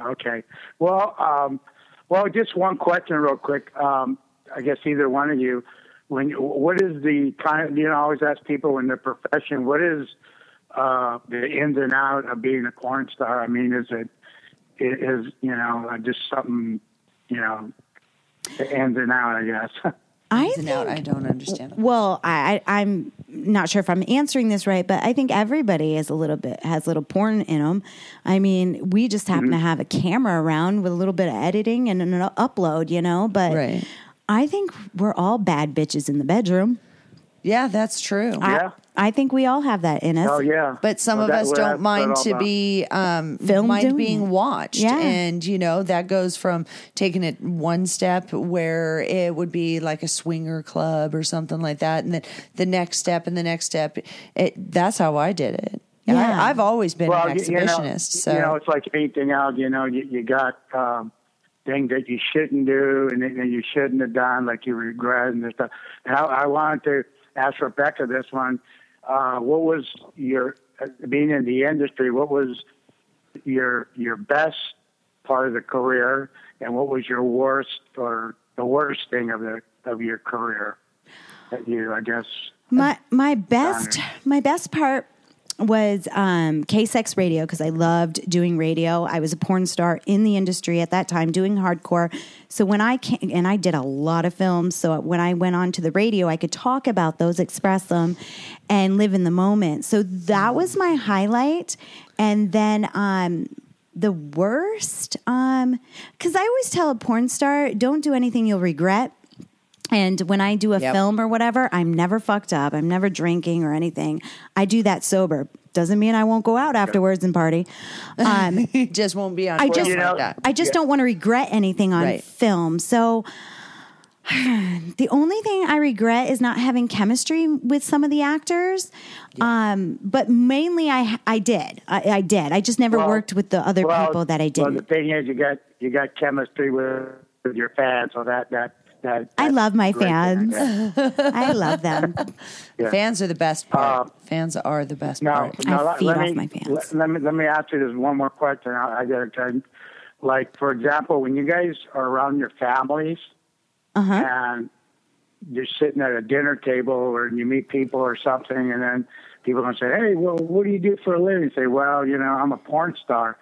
E: Okay. Well, um, well, just one question, real quick. Um, I guess either one of you. When what is the kind? You know, I always ask people in their profession, what is uh, the ins and out of being a porn star? I mean, is it it is you know uh, just something you know the ins and out? I guess. <laughs>
C: I
B: It's an out. I
C: think.
B: don't understand.
C: Well, I, I I'm not sure if I'm answering this right, but I think everybody is a little bit has a little porn in them. I mean, we just happen to have a camera around with a little bit of editing and an upload, you know. But
B: Right.
C: I think we're all bad bitches in the bedroom.
B: Yeah, that's true.
E: Yeah.
C: I, I think we all have that in us.
E: oh yeah.
B: but some
E: Well,
B: of
E: that-
B: us
E: well,
B: don't
E: that's
B: mind
E: what all
B: to
E: about.
B: be um,
C: Filmed
B: mind
C: doing
B: being
C: it.
B: watched,
C: Yeah.
B: and you know that goes from taking it one step where it would be like a swinger club or something like that, and then the next step and the next step. It, that's how I did it.
C: Yeah.
B: I, I've always been
E: well,
B: an
E: you- you know-
B: exhibitionist, so
E: you know, it's like anything else. You know, you, you got um, things that you shouldn't do and that you shouldn't have done, like you regret and this stuff. And I, I wanted to ask Rebecca this one: uh, What was your uh, being in the industry? What was your your best part of the career, and what was your worst or the worst thing of the of your career? That you, I guess.
C: My my best my best part was um, K-Sex Radio because I loved doing radio. I was a porn star in the industry at that time doing hardcore. So when I came, and I did a lot of films. So when I went on to the radio, I could talk about those, express them, and live in the moment. So that was my highlight. And then um, the worst, um, because I always tell a porn star, don't do anything you'll regret. And when I do a
B: Yep.
C: film or whatever, I'm never fucked up. I'm never drinking or anything. I do that sober. Doesn't mean I won't go out afterwards and party. Um,
B: it <laughs> just won't be on.
C: I
B: board
C: just,
B: like
E: know,
B: that.
C: I just don't want to regret anything on
B: Right.
C: film. So <sighs> the only thing I regret is not having chemistry with some of the actors. Um, but mainly, I I did. I, I did. I just never
E: Well-
C: worked with the other
E: Well,
C: people that I
E: Well,
C: didn't.
E: the thing is, you got you got chemistry with, with your fans, so that that that.
C: I
E: that's
C: love my
E: great.
C: fans.
E: Yeah.
C: I love them.
E: yeah. Uh,
B: Fans are the best part. Fans are the best
E: Now,
B: part.
E: now
C: I
E: let,
C: feed
E: let
C: off
E: me,
C: my fans.
E: Let, let me let me ask you this one more question. I, I got to tell you, like for example, when you guys are around your families, and you're sitting at a dinner table or you meet people or something, and then people are going to say, "Hey, well, what do you do for a living?" You say, "Well, you know, I'm a porn star."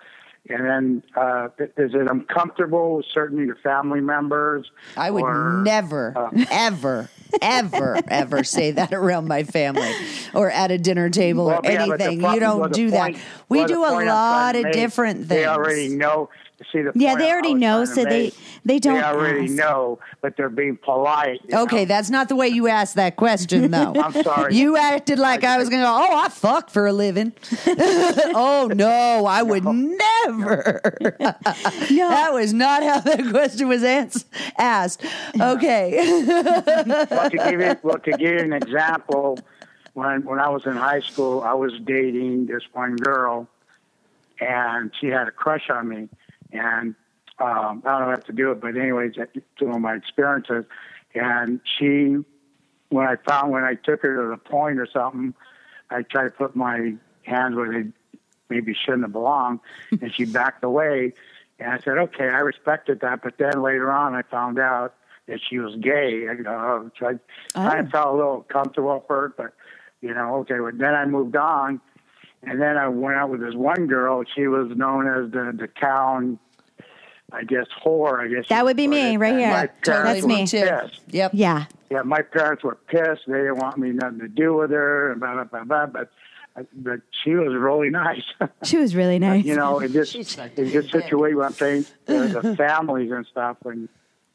E: And then uh, is it uncomfortable with certain of your family members?
B: I would
E: or- uh,
B: never, ever, ever, ever say that around my family or at a dinner table or
E: Well, yeah, but the
B: anything.
E: problem-
B: you
E: well,
B: don't
E: the
B: do that.
E: point-
B: We
E: well, the
B: do a
E: point I'm
B: lot
E: trying
B: of
E: to make,
B: different things.
E: They already know. See the
C: Yeah,
E: point
C: they
E: I
C: already
E: was
C: know,
E: trying to
C: so they-
E: make.
C: they don't
E: They already
C: ask.
E: know, but they're being polite. you
B: Okay,
E: know?
B: that's not the way you asked that question, though.
E: <laughs> I'm sorry.
B: You acted like I was going to go, oh, I fuck for a living. <laughs> oh, no, I would never.
C: No.
B: <laughs> that was not how that question was ans-
E: <laughs>
B: asked. Okay. <laughs>
E: well, to give you, well, to give you an example, when when I was in high school, I was dating this one girl, and she had a crush on me, and um, I don't know how to do it, but anyways, that's some of my experiences, and she, when I found when I took her to the point or something, I tried to put my hands where they maybe shouldn't
C: <laughs>
E: have belonged, and she backed away. And I said, okay, I respected that. But then later on, I found out that she was gay. And, uh, so I
C: Oh.
E: kind of felt a little comfortable for it, but, you know, okay. But then I moved on, and then I went out with this one girl. She was known as the, the town, I guess, whore, I guess. you
C: That would be
E: put
C: me
E: it.
C: right
E: And
C: here.
E: my
C: Totally
E: parents
C: me
E: were
C: too.
E: pissed.
B: Yep.
C: Yeah.
E: Yeah, my parents were pissed. They didn't want me nothing to do with her, and blah blah blah blah. But but she was really <laughs> nice,
C: She was really nice.
E: Uh, you know. In this
B: She's like
E: in this situation, I'm saying the,
B: <laughs>
E: the families and stuff, and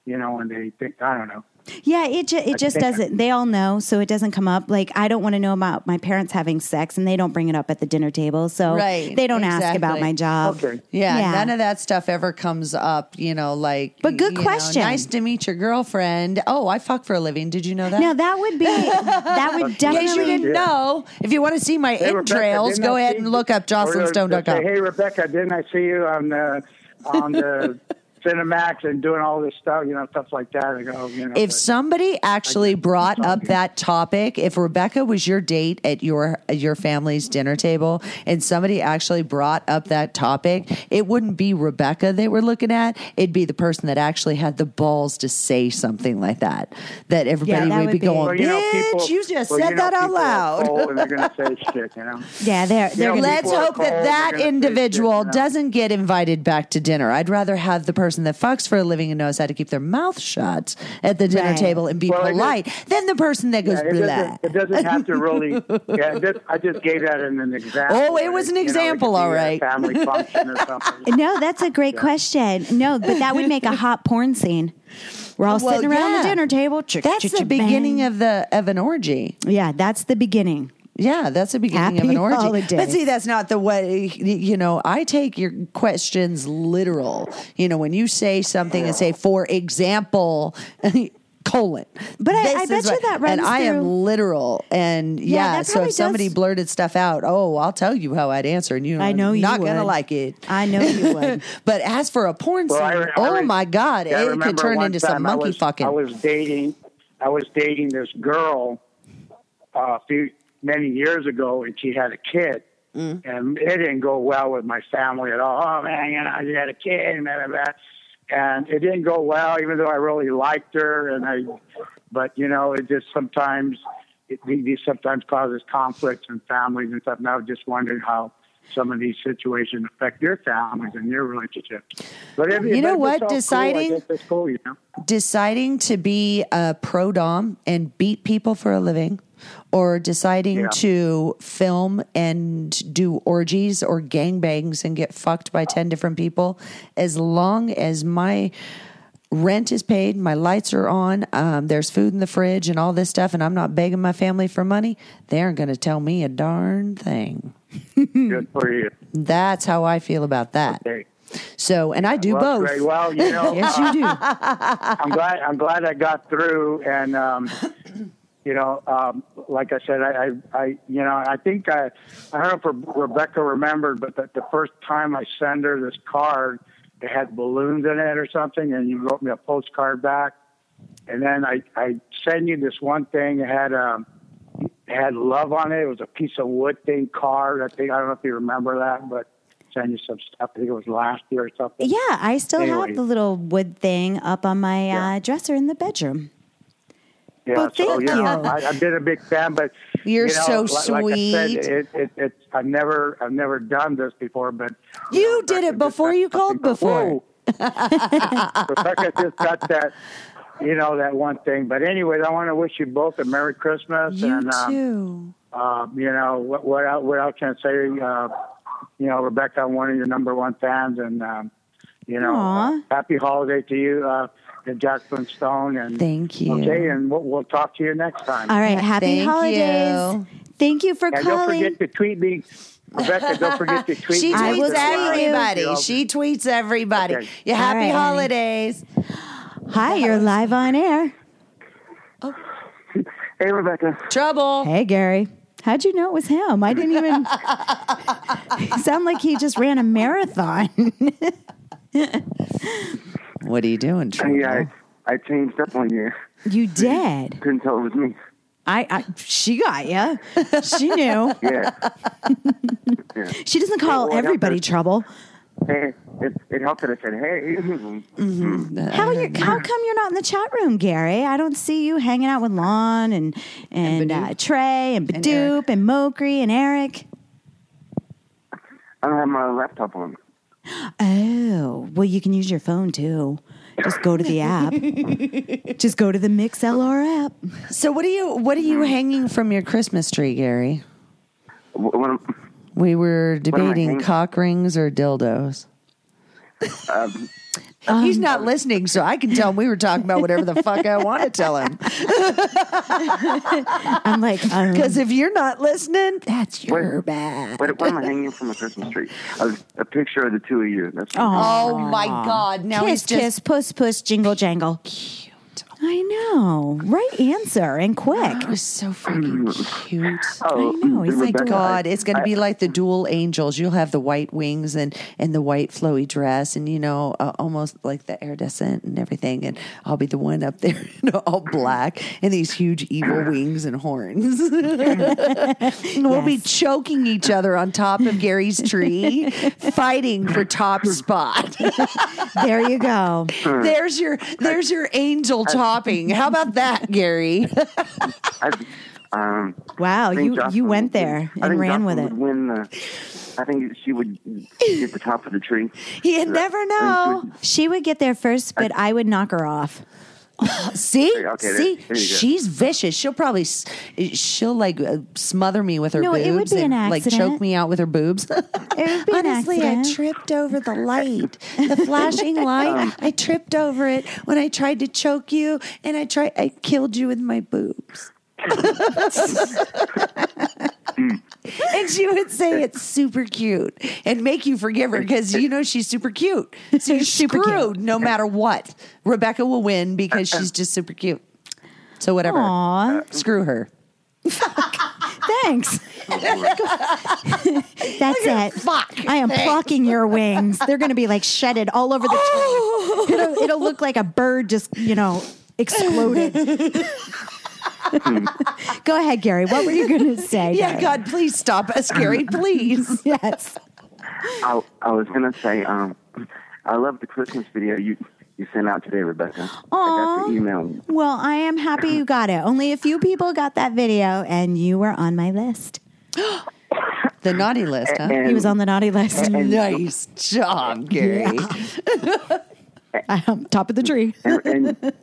E: you know, and they think I don't know.
C: Yeah, it ju- it just
E: think-
C: doesn't. They all know, so it doesn't come up. Like I don't want to know about my parents having sex, and they don't bring it up at the dinner table, so
B: Right,
C: they don't ask about
B: exactly.
C: my job.
E: Okay.
B: Yeah,
C: Yeah.
B: none of that stuff ever comes up, you know, like.
C: But good
B: you know,
C: question.
B: nice to meet your girlfriend. Oh, I fuck for a living. Did you know that?
C: Now that would be that
E: <laughs>
C: would
E: In
B: In case you
C: definitely.
B: didn't
E: Yeah.
B: know, if you want to see my
E: Hey, Rebecca,
B: entrails,
E: didn't
B: go
E: I
B: ahead
E: see-
B: and look up
E: or they'll say,
B: jocelynstone.com.
E: Hey, Rebecca, didn't I see you on the
B: <laughs>
E: on the Cinemax and doing all this stuff? You know, stuff like that. I go, you know,
B: If
E: but-
B: somebody actually brought up that topic, if Rebecca was your date at your at your family's dinner table, and somebody actually brought up that topic, it wouldn't be Rebecca they were looking at; it'd be the person that actually had the balls to say something like that. That everybody
C: that
B: would
C: would
B: be
C: be-
B: going,
E: well, you know,
B: "Bitch,
E: people,
B: you just
E: well,
B: said
E: know,
B: that out
E: people are
B: loud."
E: cold and
B: <laughs>
E: they're going to say shit, you know.
C: Yeah, they're they're
E: know,
C: gonna-
B: Let's
E: people are
B: hope that
E: cold,
B: that
E: they're gonna say
B: individual
E: shit, you know.
B: doesn't get invited back to dinner. I'd rather have the person that fucks for a living and knows how to keep their mouth shut at the dinner
C: Right.
B: table and be
E: Well, it is-
B: polite than the person that goes,
E: Yeah, it,
B: blah.
E: doesn't,
B: <laughs>
E: it doesn't have to really. Yeah, it just, I just gave that in an example.
B: Oh, it was an
E: You know, could
B: example,
E: be
B: all
E: at a
B: right.
E: Family function or something.
C: No, that's a great question. No, but that would make a hot porn scene. We're all
B: Well,
C: sitting around
B: yeah.
C: the dinner table. Chick,
B: That's
C: chick,
B: the
C: chick, bang.
B: beginning of the of an orgy.
C: Yeah, that's the beginning.
B: Yeah, that's the beginning of
C: Happy
B: an orgy. But
C: holidays.
B: see, that's not the way. You know, I take your questions literal. You know, when you say something and say, for example. <laughs> Colon,
C: But I-
B: This
C: I
B: is
C: bet you
B: what-
C: that
B: and
C: runs
B: I am
C: through-
B: literal, and yeah.
C: that
B: so
C: probably
B: if somebody
C: does-
B: blurted stuff out, oh, I'll tell you how I'd answer, and you,
C: I know you
B: not gonna
C: would.
B: like it.
C: I know
B: <laughs>
C: you would.
B: But as for a porn
E: Well,
B: scene,
E: I re- I
B: oh
E: re-
B: my god,
E: yeah,
B: <laughs>
E: I
B: it could
E: remember
B: turn
E: one
B: into
E: time
B: some monkey
E: I was,
B: fucking.
E: I was dating. I was dating this girl uh, a few many years ago, and she had a kid.
B: Mm.
E: And it didn't go well with my family at all. Oh man, you know, you had a kid, and blah, blah, blah. and it didn't go well, even though I really liked her. And I, but you know, it just sometimes it these sometimes causes conflicts in families and stuff. And I was just wondering how some of these situations affect your families and your relationships. But if,
B: You know
E: if
B: what?
E: it's all
B: Deciding-
E: cool, I guess that's cool, you know.
B: deciding to be a pro dom and beat people for a living or deciding
E: Yeah.
B: to film and do orgies or gangbangs and get fucked by 10 different people as long as my rent is paid my lights are on um, there's food in the fridge and all this stuff and i'm not begging my family for money they aren't going to tell me a darn thing Hmm.
E: Good for you.
B: that's how i feel about that
E: Hey.
B: so and i do
E: Well,
B: both
E: great.
B: <laughs>
E: Well, you know,
C: Yes,
E: uh, <laughs>
C: you do.
E: I'm glad. I'm glad I got through. And um, you know, um, like I said, I, I, I, you know, I think I, I don't know if Rebecca remembered, but the, the first time I sent her this card, it had balloons in it or something, and you wrote me a postcard back. And then I, I sent you this one thing. It had um, it had love on it. It was a piece of wood thing card. I think I don't know if you remember that, but sent you some stuff. I think it was last year or something.
C: Yeah, I still
E: Anyway.
C: have the little wood thing up on my uh, dresser in the bedroom.
E: Yeah,
B: Well,
E: so
B: thank
E: yeah,
B: you.
E: I, I've been a big fan, but
B: You're
E: you know,
B: so
E: li- like, I
B: sweet.
E: said, it, it, it's I've never I've never done this before, but
B: You
E: know,
B: did
E: Rebecca
B: it
E: just
B: before
E: got
B: you called
E: something to-
B: before.
E: Whoa. <laughs> Rebecca just got that, you know, that one thing. But anyways, I want to wish you both a Merry Christmas
B: You
E: and um,
B: too.
E: um, you know what what else, what else can I say? Uh, you know, Rebecca, I'm one of your number one fans, and um, you know,
C: Aw.
E: uh, happy holiday to you, uh, and Jacqueline Stone, and
B: Thank you.
E: Okay, and we'll, we'll talk to you next time.
C: All right. Happy
B: Thank
C: holidays.
B: you.
C: Thank you for
E: and don't
C: calling.
E: forget to tweet me, Rebecca. Don't forget
B: <laughs>
E: to tweet.
B: She
E: me.
C: I will
B: tweets
C: tell you.
B: everybody. She tweets everybody.
E: Okay.
B: Yeah,
C: All
B: happy
C: right, honey.
B: holidays.
C: Hi, you're live on air.
E: Hey, Rebecca.
B: Trouble.
C: Hey, Gary. How'd you know it was him? I didn't
B: <laughs>
C: even sound like he just ran a marathon. <laughs>
B: What are you doing, Trouble?
E: I changed up on you.
C: you did.
E: Couldn't tell it was me.
C: I, I she got you. She knew. <laughs>
E: Yeah.
C: She doesn't call
E: Well,
C: everybody
E: that's-
C: trouble.
E: Hey, it, it helped that I said, hey.
C: How you how come you're not in the chat room, Gary? I don't see you hanging out with Lon and and, uh, Trey and Badoop
B: Eric.
C: and, Mokri and Eric.
E: I don't have my laptop on.
C: Oh, well, you can use your phone too. Just go to
B: <laughs>
C: the app. Just go to the MixLR app.
B: So what are you what are you hanging from your Christmas tree, Gary?
E: When,
B: We were
E: am I
B: debating
E: hanging?
B: cock rings or dildos. He's not listening, so I can tell him we were talking about whatever the fuck I want to tell <laughs> him.
C: I'm
B: <laughs>
C: like, um,
B: Because if you're not listening, that's your
F: Where-
B: bad.
F: What, what am I hanging from the Christmas tree? A, a picture of the two of you. That's
C: Aw.
B: Oh my God! Now
C: kiss,
B: he's just
C: kiss, puss, puss, jingle, jangle. Cute. I know. Right answer and quick.
B: It was so freaking cute.
F: Oh,
C: I know, he's
F: Rebecca,
C: like,
B: God, it's going to
F: I-
B: be like the dual angels. You'll have the white wings and and the white flowy dress, and you know, uh, almost like the air descent and everything. And I'll be the one up <laughs> there, in all black, and these huge evil wings and horns. <laughs> And We'll be
C: Yes.
B: choking each other on top of Gary's tree, fighting for top spot. <laughs>
C: There you go.
F: <laughs>
B: there's your there's your angel topping. How about that, Gary?
F: I, um,
C: Wow,
F: I think
C: Oh, you you
F: Jocelyn
C: went
F: would-
C: there
F: I
C: and
F: think
C: ran
F: Jocelyn
C: with it.
F: would Win the, I think she would get the top of the tree.
C: <laughs>
B: You never know.
C: She would get there first, but I would knock her off.
B: See,
F: okay, there-
B: see,
F: there you go.
B: she's vicious. She'll probably s- she'll like uh, smother me with her
C: No,
B: boobs
C: it would be
B: and
C: an
B: like
C: accident.
B: choke me out with her boobs. <laughs>
C: It would be an
B: Honestly, I
C: accident.
B: tripped over the light, the flashing light. I tripped over it when I tried to choke you, and I tried. I killed you with my boobs. <laughs> and she would say it's super cute and make you forgive her because you know she's super cute. So you're
C: Super cute.
B: screwed no matter what. Rebecca will win because she's just super cute. So whatever.
C: Aw,
B: Screw her. <laughs>
C: thanks. That's it.
B: Fuck.
C: I am plucking your wings. They're going to be like shedded all over the
B: Oh.
C: tree. It'll, it'll look like a bird just, you know,
B: <laughs>
C: exploded. Go ahead, Gary. What were you going to say?
B: Yeah,
C: Gary?
B: God, please stop us, <laughs> Gary. Please.
C: <laughs> Yes.
F: I, I was gonna say, um, I love the Christmas video you you sent out today, Rebecca. I got
C: Aw.
F: the email.
C: Well, I am happy you got it. Only a few people got that video, and you were on my list.
B: The naughty list, huh?
F: And,
C: He was on the naughty list.
B: Nice job, Gary.
C: <laughs> Um, top of the tree.
F: and, and,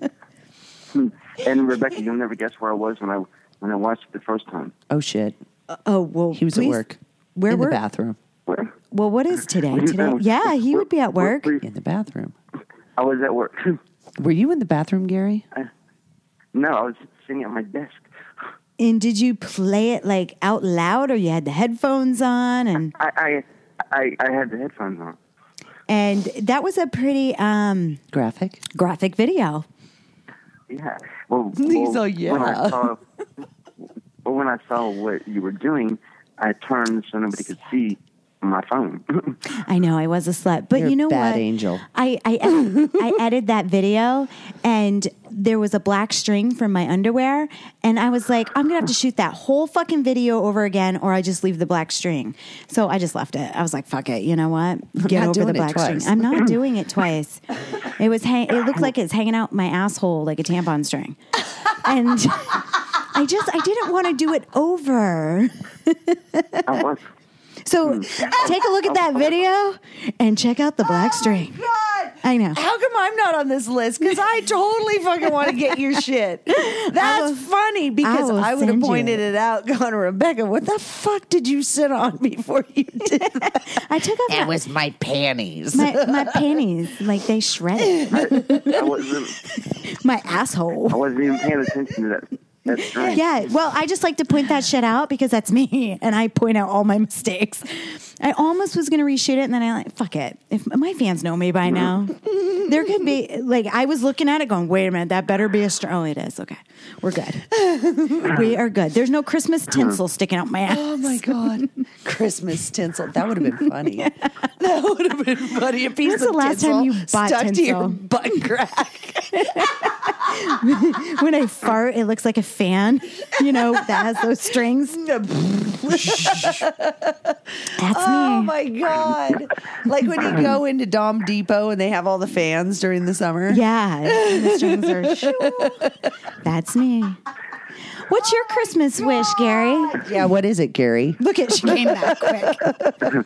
F: hmm. and Rebecca, you'll never guess where I was when I when I watched it the first time.
B: Oh shit.
C: Oh well,
B: He was
C: please-
B: at work.
C: Where
B: in
C: were?
B: the bathroom?
F: Where?
C: Well, what is today? Today? Yeah, he would be at work.
B: In the bathroom.
F: I was at work. <laughs>
B: Were you in the bathroom, Gary?
F: No, I was sitting at my desk.
C: And did you play it like out loud, or you had the headphones on? And
F: I I I, I had the headphones on.
C: and that was a pretty um,
B: Graphic.
C: graphic video.
F: Yeah. Well,
B: He's
F: well,
B: all, yeah.
F: When I saw, well, when I saw what you were doing, I turned so nobody could see my phone. <laughs>
C: I know I was a slut, but
B: You're
C: you know
B: a bad
C: what?
B: angel.
C: I
B: <laughs>
C: I ed- I edited that video, and there was a black string from my underwear, and I was like, I'm gonna have to shoot that whole fucking video over again, or I just leave the black string. So I just left it. I was like, fuck it. You know
B: <laughs>
C: what? Get
B: not
C: over the
B: doing it
C: black string.
B: twice. <laughs>
C: I'm not doing it twice. It was hang- it looked like it's hanging out my asshole like a tampon string. and <laughs> I just I didn't want to do it over.
F: I was.
C: So take a look at that video and check out the black string.
B: God.
C: I know.
B: How come I'm not on this list? Because I totally fucking want to get your
C: <laughs>
B: shit. That's funny because
C: will
B: I, would have
C: send you
B: pointed
C: it.
B: it. out, <laughs> gone, Rebecca, what the fuck did you sit on before you did that?
C: I took off my,
G: was my panties.
C: my, my panties like they shredded
F: I wasn't.
C: my asshole.
F: I wasn't even paying attention to that. That string.
C: Yeah. Well, I just like to point that shit out because that's me, and I point out all my mistakes. I almost was gonna reshoot it, and then I like fuck it. If my fans know me by now, there could be like I was looking at it, going, "Wait a minute, that better be a str Oh, it is. Okay, we're good. we are good. There's no Christmas tinsel sticking out my ass.
B: Oh my God. <laughs> Christmas tinsel. That would have been
C: <laughs>
B: funny. That would have been funny. A piece
C: When's
B: of
C: the last
B: tinsel
C: time you bought
B: stuck to your
C: tinsel?
B: butt crack.
C: when I fart, it looks like a fan. You know that has
B: <laughs>
C: those strings. That's
B: Oh
C: me.
B: my God. Like when you go into Dom Depot and they have all the fans during the summer.
C: Yeah, the strings are.
B: <laughs>
C: That's me. What's your Christmas wish, Gary?
B: Yeah, what is it, Gary?
C: Look at she came back quick.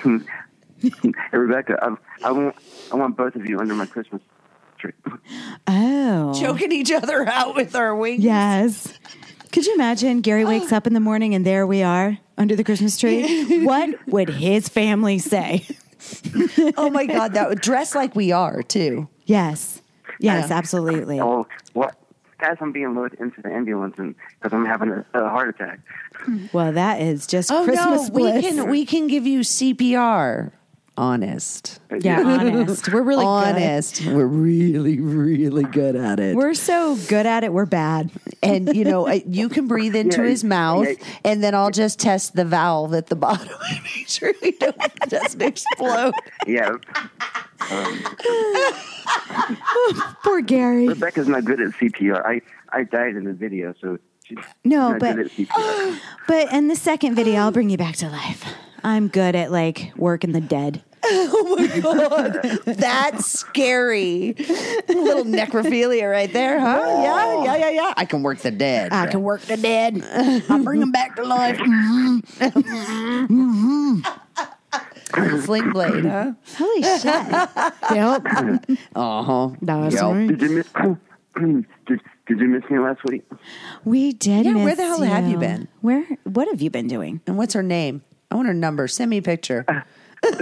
F: Hey, Rebecca, I, I want I want both of you under my Christmas tree.
C: Oh,
B: Choking each other out with our wings.
C: yes. Could you imagine Gary wakes up in the morning and there we are under the Christmas
B: <laughs>
C: tree? what would his family say?
B: Oh my God, that would dress like we are too.
C: Yes, yes,
B: Yeah.
C: absolutely.
F: Oh, what? Guys, I'm being loaded into the ambulance because I'm having a, a heart attack.
C: Well, that is just Christmas
B: Oh, we
C: bliss.
B: can we can give you CPR. Honest,
C: <laughs> yeah, honest. We're really good.
B: honest. We're really, really good at it.
C: We're so good at it. We're bad.
B: and you know, uh, you can <laughs> breathe into
F: Yeah,
B: his mouth,
F: yeah.
B: and then I'll just test the valve at the bottom <laughs> and make sure he don't, <laughs> doesn't explode.
F: Yeah,
C: Poor Gary.
F: Rebecca's not good at CPR. I, I died in the video, so she's
C: No,
F: not
C: but-
F: good at
C: <gasps>
F: CPR.
C: But in the second video, I'll bring you back to life. I'm good at like working the dead.
B: That's scary. little necrophilia right there, huh? Yeah, yeah, yeah, yeah. I can work the dead.
C: I can work the dead. I'll bring them back to life.
B: Mm-hmm. Sling blade, huh?
C: Holy shit. <laughs> yep.
B: Uh huh.
C: That's
B: Yep.
C: right.
F: Did you miss? <clears throat> did, did you miss me last week?
C: We did.
B: Yeah, where
C: miss
B: the hell have you been?
C: Where? What have you been doing?
B: And what's her name? I want her number. Send me a picture.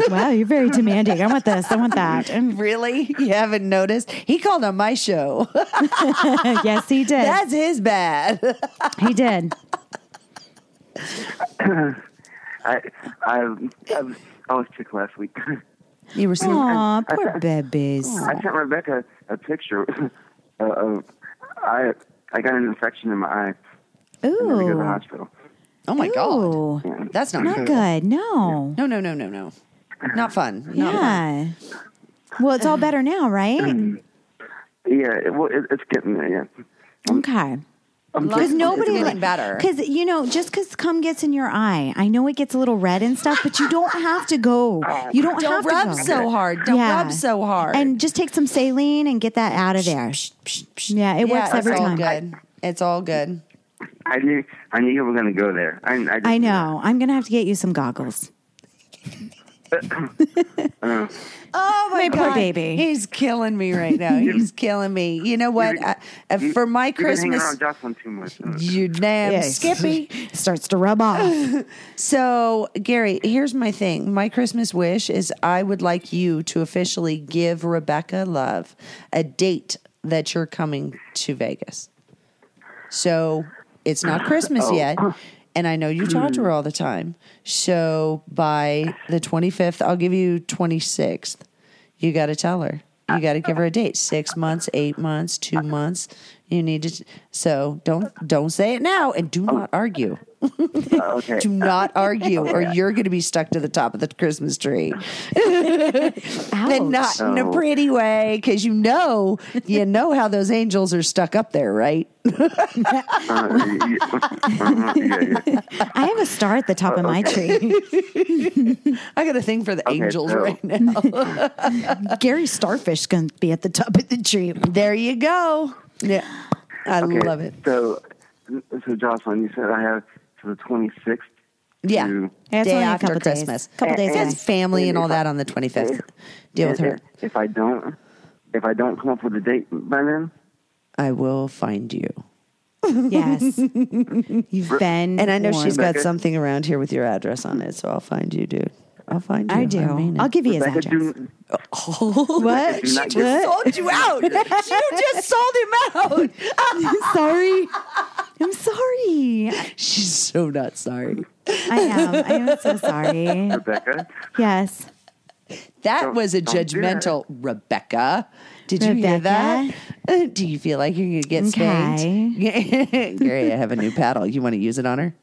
C: wow, you're very demanding. I want this. I want that. And
B: Really? You haven't noticed? He called on my show. <laughs>
C: uh, yes, he did.
B: That's his bad.
C: he did.
F: I, I, I, was- I was sick last week. <laughs>
B: You were saying, <laughs>
C: Aw, poor babies.
F: I sent Rebecca a picture <laughs> uh, of I, I got an infection in my eye. I had to go to the
C: Ooh.
F: hospital.
B: oh my
C: Ooh.
B: God. That's not,
C: Not
B: cool.
C: good. No.
B: No, no, no, no, no. Not fun. Not fun.
C: Yeah. Well, it's all better
B: <clears throat>
C: now, right?
F: Yeah, it, well, it, it's getting there. Yeah.
C: Okay. Because
B: It's
C: nobody
B: getting better.
C: Because you know, just because cum gets in your eye, I know it gets a little red and stuff, but you don't have to go. You don't,
B: Oh, Don't
C: have
B: rub
C: to go.
B: so hard. Don't
C: Yeah.
B: rub so hard.
C: and just take some saline and get that out of there. Yeah, it
B: Yeah,
C: works every
B: it's all
C: time.
B: good. It's all good.
F: I knew I knew you were going to go there. I, I, just-
C: I know. I'm gonna have to get you some
B: <laughs>
C: goggles.
B: Oh my
C: poor
B: God.
C: baby.
B: He's killing me right now. He's killing me. You know what? I, uh,
F: You-
B: for my
F: you've been hanging
B: Christmas,
F: around Jocelyn too much.
B: you damn <laughs>
C: Yes.
B: Skippy.
C: Starts to rub off.
B: So, Gary, here's my thing. My Christmas wish is I would like you to officially give Rebecca Love a date that you're coming to Vegas. So, it's not Christmas yet. And I know you talk to her all the time. So, by the 25th, I'll give you 26th. You got to tell her. You got to give her a date. 6 months, 8 months, 2 months. You need to so don't don't say it now and do not argue.
F: okay.
B: Do not argue, or you're going to be stuck to the top of the Christmas tree, and not in a
F: Oh.
B: pretty way, because you know, you
F: <laughs>
B: know how those angels are stuck up there, right?
F: Uh, y-
B: <laughs>
F: y- yeah, yeah.
C: <laughs> I have a star at the top of
B: <laughs>
C: my tree.
B: I got a thing for the
F: Okay,
B: angels
F: so-
B: right now. <laughs>
C: Gary Starfish gonna be at the top of the tree.
B: there you go. Yeah. I
F: Okay,
B: love it.
F: So, so Jocelyn, you said I have to the 26th.
B: Yeah.
F: to-
C: That's
B: Day
C: only a
B: after
C: couple days.
B: Christmas.
C: Couple
F: days
B: She has
F: away.
B: family and all that on the 25th. Deal with
F: and
B: her.
F: If, if I don't, if I don't come up with a date by then, Mm-hmm.
B: I will find you.
C: <laughs> Yes. You've been.
B: And I know
C: warned.
B: she's got
F: Rebecca?
B: something around here with your address on it, so I'll find you, dude. I'll find you.
C: I do. I
B: mean it.
C: will give you his
F: Rebecca,
C: address.
F: do,
B: What?
F: do
B: She
F: not
B: <laughs> just
F: give-
B: sold you <laughs> out. you just sold him out. <laughs>
C: sorry. I'm sorry.
B: She's so not sorry.
C: I am. I am so sorry.
B: <laughs>
F: Rebecca,
C: Yes.
B: That
F: Don't-
B: was a
F: don't do that.
B: judgmental Rebecca. Did you hear
C: Rebecca?
B: that? Uh, Do you feel like you're going to get spanked? <laughs> Gary, I have a new paddle. You want to use it on her?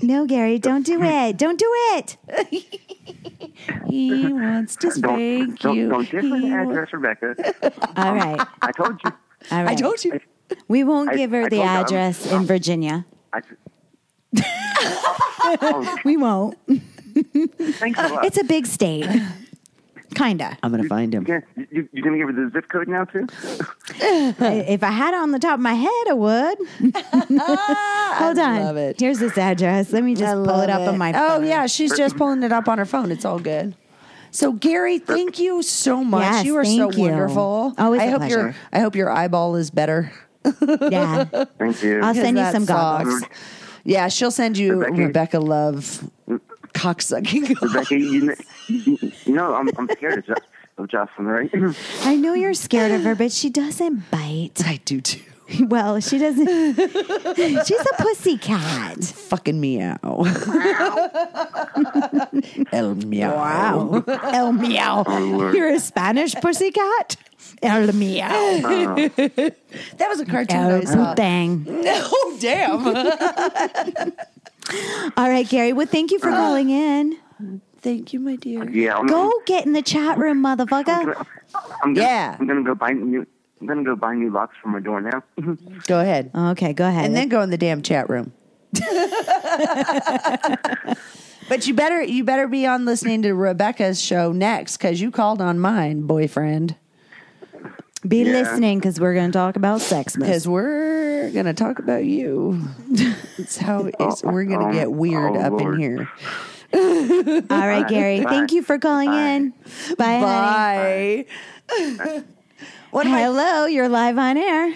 C: No, Gary, don't do it. Don't do it.
B: He wants to
F: don't,
B: spank
F: don't,
B: you.
F: don't give her
B: He
F: the
B: wa-
F: address, Rebecca.
C: All right.
F: I told you.
C: All right.
B: I told you.
C: We won't
F: I-
C: give her
F: I
C: the
F: told you I'm-
C: address in Virginia.
F: I,
C: We won't.
F: thanks
B: Uh,
F: a lot.
C: It's a big state. <laughs> Kinda.
B: I'm going to find him.
F: yeah, you, you, you're gonna give her the zip code now too.
C: If I had it on the top of my head,
B: <laughs>
C: I would. Hold on.
B: love it.
C: Here's this address. Let me just pull it up on my
B: Oh
C: phone.
B: yeah, she's just pulling it up on her phone. It's all good. So Gary, thank you so much.
C: Yes,
B: you are so
C: thank you.
B: wonderful.
C: Always
B: I
C: a
B: hope your
C: pleasure.
B: I hope your eyeball is better.
C: Yeah.
F: Thank you.
C: I'll send you
B: That
C: some goggles.
B: sucks. Yeah, she'll send you Rebecca,
F: Rebecca-
B: Love cocksucking.
F: Rebecca, you, kn- you, you know I'm, I'm scared of, jo- of Jocelyn, right? <laughs>
C: I know you're scared of her, but she doesn't bite. <laughs>
B: I do too.
C: Well, she doesn't. <laughs> She's a pussy cat.
B: Fucking meow. El meow.
C: Wow. <laughs> El meow.
F: Lord.
C: You're a Spanish pussy cat? El
B: <laughs>
C: Oh, meow.
B: That was a cartoon I
C: El
B: saw.
C: bang.
B: oh damn.
C: All right, Gary. Well, thank you for
B: Uh.
C: calling in.
B: <laughs> Thank you, my dear.
F: yeah, I'm,
C: Go get in the chat room,
F: I'm
C: motherfucker.
F: gonna, I'm gonna,
B: Yeah.
F: I'm gonna go buy new. I'm gonna go buy new locks for my door now.
B: Go ahead.
C: Okay, go ahead.
B: and then go in the damn chat <laughs> room. but you better you better be on listening to Rebecca's show next because you called on mine, boyfriend.
C: Be
F: Yeah.
C: listening because we're going to talk about sex.
B: Because we're gonna talk about you. It's
C: <laughs>
B: how
C: Oh
B: it's, we're gonna get weird
F: Oh,
B: up in
F: Lord.
B: here.
C: All right, Gary.
F: Bye.
C: Thank you for calling in. Bye. honey.
B: Bye. <laughs> what am I?
C: Hello, you're live on air.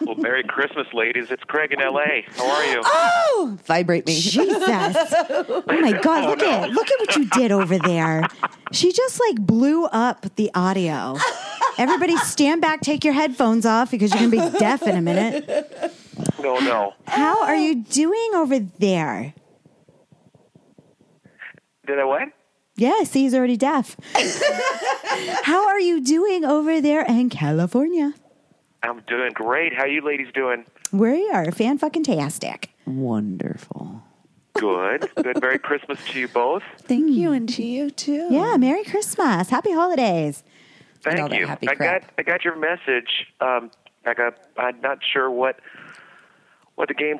G: Well, Merry Christmas, ladies. It's Craig in L.A. How are you?
B: Oh, vibrate me.
C: Jesus. <laughs> Oh my God, look at look at what you did over there. She just like blew up the audio. Everybody stand back, take your headphones off because you're gonna be deaf in a minute.
G: No, no.
C: How are you doing over there?
G: Did I what?
C: Yes, he's already deaf. <laughs> How are you doing over there in California?
G: I'm doing great. How you ladies doing?
C: We are fan fucking tastic.
B: Wonderful.
G: Good. Good. Merry Christmas to you both.
B: Thank you, and to you too.
C: Yeah, Merry Christmas. Happy holidays.
G: Thank
B: all that
G: you.
B: happy
G: I
B: crap.
G: got I got your message. Um, I got I'm not sure what what the game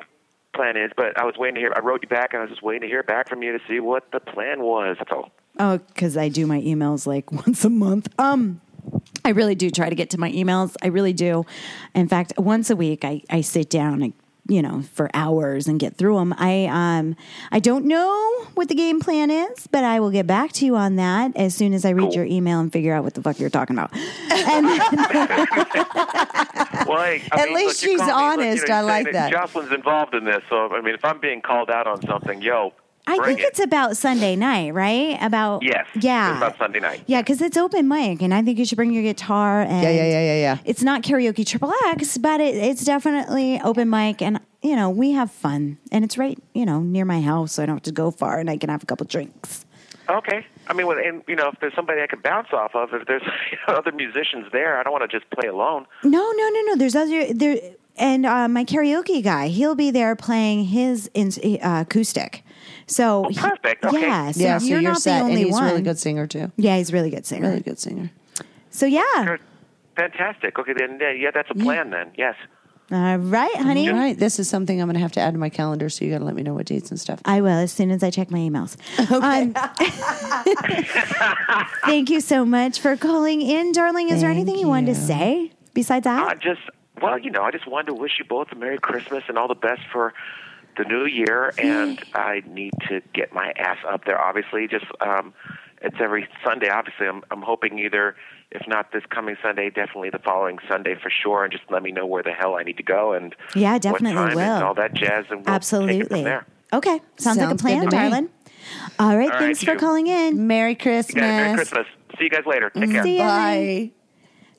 G: plan is, but I was waiting to hear. I wrote you back, and I was just waiting to hear back from you to see what the plan was. That's all.
C: Oh, because I do my emails like <laughs> once a month. Um, I really do try to get to my emails. I really do. In fact, once a week, I, I sit down and you know for hours and get through them. I um I don't know what the game plan is, but I will get back to you on that as soon as I read
G: Cool.
C: your email and figure out what the fuck you're talking
G: <laughs>
C: about. And <laughs>
G: Well, hey, I
B: At
G: mean,
B: least
G: look,
B: she's
G: you called me. Look, you know,
B: honest.
G: you're
B: I like
G: saying
B: that.
G: Jocelyn's involved in this, so I mean, if I'm being called out on something, yo,
C: I
G: bring
C: think
G: it.
C: it's about Sunday night, right? About
G: Yes.
C: yeah,
G: It's about Sunday night.
C: Yeah, because it's open mic, and I think you should bring your guitar. And
B: Yeah, yeah, yeah, yeah, yeah.
C: It's not karaoke triple X, but it, it's definitely open mic, and you know we have fun, and it's right, you know, near my house, so I don't have to go far, and I can have a couple drinks.
G: Okay. I mean, well, and you know, if there's somebody I could bounce off of, if there's <laughs> other musicians there, I don't want to just play alone.
C: No, no, no, no. There's other there, and uh, my karaoke guy, he'll be there playing his in, uh, acoustic. So he-
G: Oh, perfect. Okay.
C: Yeah, so
B: yeah, so
C: you're,
B: you're,
C: not
B: set,
C: the only
B: and he's
C: one.
B: really good singer too.
C: Yeah, he's a really good singer.
B: Really good singer.
C: So yeah,
G: Sure. Fantastic. Okay, then yeah, yeah, that's a plan then. Yes.
C: all right, honey.
B: All right, this is something I'm going to have to add to my calendar. So you got to let me know what dates and stuff.
C: I will as soon as I check my
G: <laughs>
C: emails. Um, thank you so much for calling in, darling. Is there
B: Thank
C: anything you wanted to
B: you.
C: say besides
G: I
C: that?
G: just well, you know, I just wanted to wish you both a Merry Christmas and all the best for the new year. And I need to get my ass up there, obviously. Just um, it's every Sunday, obviously. I'm, I'm hoping either, if not this coming Sunday, definitely the following Sunday for sure. And just let me know where the hell I need to go and
C: Yeah,
G: what
C: definitely
G: time and
C: will.
G: all that jazz. And we'll Take it
C: Absolutely.
G: from there.
C: Okay. Sounds, like a
B: Sounds good
C: plan,
B: to me.
C: darling. All right.
G: right,
C: thanks for
G: you.
C: calling in.
B: Merry Christmas.
G: You guys, Merry Christmas. See you guys later. Take care.
C: See ya.
B: Bye.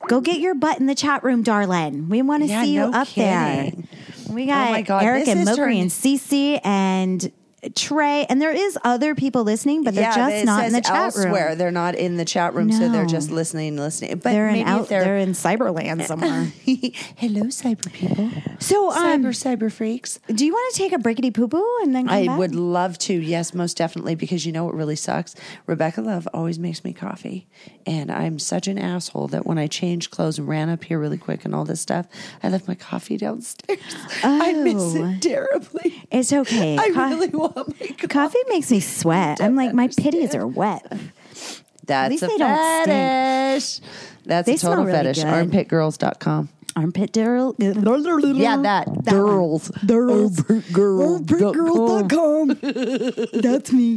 C: Go get your butt in the chat room, darling. We want to
B: Yeah,
C: see you
B: no
C: up
B: kidding.
C: there. We got
B: Oh my God,
C: Eric
B: this
C: and
B: is
C: Mokri
B: turning-
C: and Cece and Trey, and there is other people listening, but they're
B: yeah,
C: just
B: it
C: not
B: says
C: in the chat
B: elsewhere.
C: room.
B: They're not in the chat room, so they're
C: No.
B: just listening, listening. But
C: They're
B: maybe
C: in
B: if
C: out.
B: they're,
C: They're in cyberland somewhere.
B: hello, cyber people,
C: <laughs> so, um,
B: cyber cyber freaks.
C: do you want to take a brickety poo poo and then come
B: I
C: back?
B: would love to. Yes, most definitely. Because you know what really sucks? Rebecca Love always makes me coffee. And I'm such an asshole that when I changed clothes and ran up here really quick and all this stuff, I left my coffee
C: <laughs>
B: downstairs. I miss
C: Oh.
B: it terribly.
C: It's okay.
B: I
C: Co-
B: really want my coffee.
C: Coffee makes me sweat. I'm like, my pitties are wet.
B: That's
C: least
B: a
C: they don't stink.
B: fetish. That's
C: They
B: a total
C: smell really
B: fetish.
C: good.
B: Armpitgirls.com.
C: Armpit girl.
B: Yeah,
C: Yeah,
B: that.
C: girl.
B: girls. Girls. Armpitgirls.com.
C: That's me.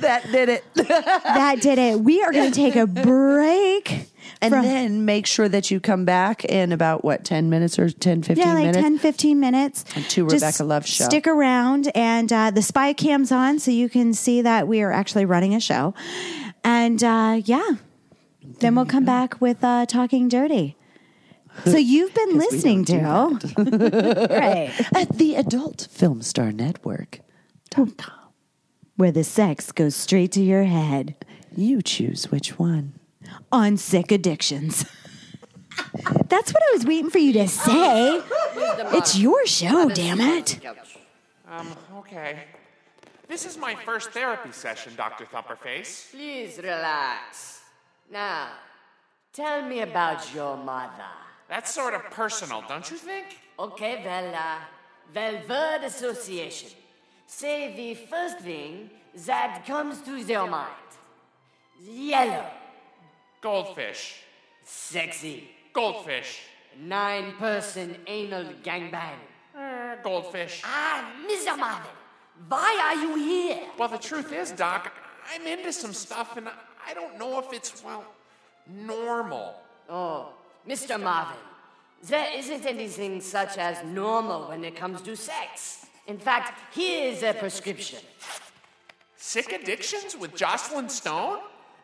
B: That did it.
C: that did it. We are going to
B: <laughs>
C: take a break.
B: And
C: from-
B: then make sure that you come back in about what, 10 minutes or 10, 15
C: yeah, like
B: minutes?
C: 10, 15 minutes.
B: to
C: Just
B: Rebecca Love Show.
C: Stick around, and uh, the spy cam's on, so you can see that we are actually running a show. And uh, yeah, then we'll come back with uh, Talking Dirty.
B: <laughs>
C: So you've been listening to. <laughs> right.
B: At the Adult Film Star Network.
C: Where the sex goes straight to your head
B: You choose which one.
C: on sick addictions. <laughs> That's what I was waiting for you to say. It's your show, damn it.
H: Um, okay. This is my first therapy session, Dr. Thumperface.
I: Please relax. Now, tell me about your mother.
H: That's sort of personal, don't you think?
I: Okay, well, uh, well, word association. Say the first thing that comes to your mind. Yellow,
H: Goldfish.
I: sexy,
H: Goldfish.
I: nine-person anal gangbang.
H: Er, goldfish.
I: Ah, Mr. Marvin, why are you here?
H: Well, the truth is, Doc, I'm into some stuff and I don't know if it's, well, normal.
I: Oh, Mr. Marvin, there isn't anything such as normal when it comes to sex. In fact, here is a prescription.
H: Sick Addictions with Jocelyn Stone?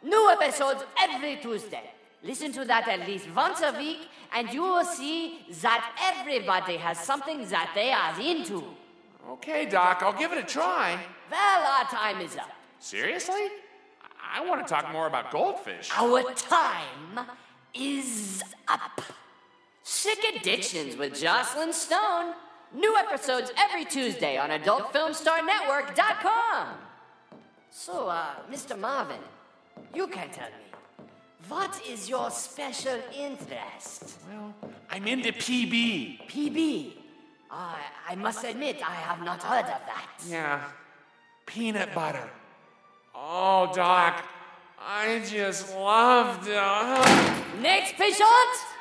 I: New episodes every Tuesday. Listen to that at least once a week, and you will see that everybody has something that they are into.
H: Okay, Doc, I'll give it a try.
I: Well, our time is up.
H: Seriously? I, I want to talk more about goldfish.
I: Our time is up. Sick Addictions with Jocelyn Stone. New episodes every Tuesday on AdultFilmStarNetwork.com. So, uh, Mr. Marvin, you can tell me, what is your special interest?
H: Well, I'm into PB.
I: PB. I, I must admit, I have not heard of that.
H: Yeah. Peanut butter. Oh, Doc. I just loved it.
I: Next patient!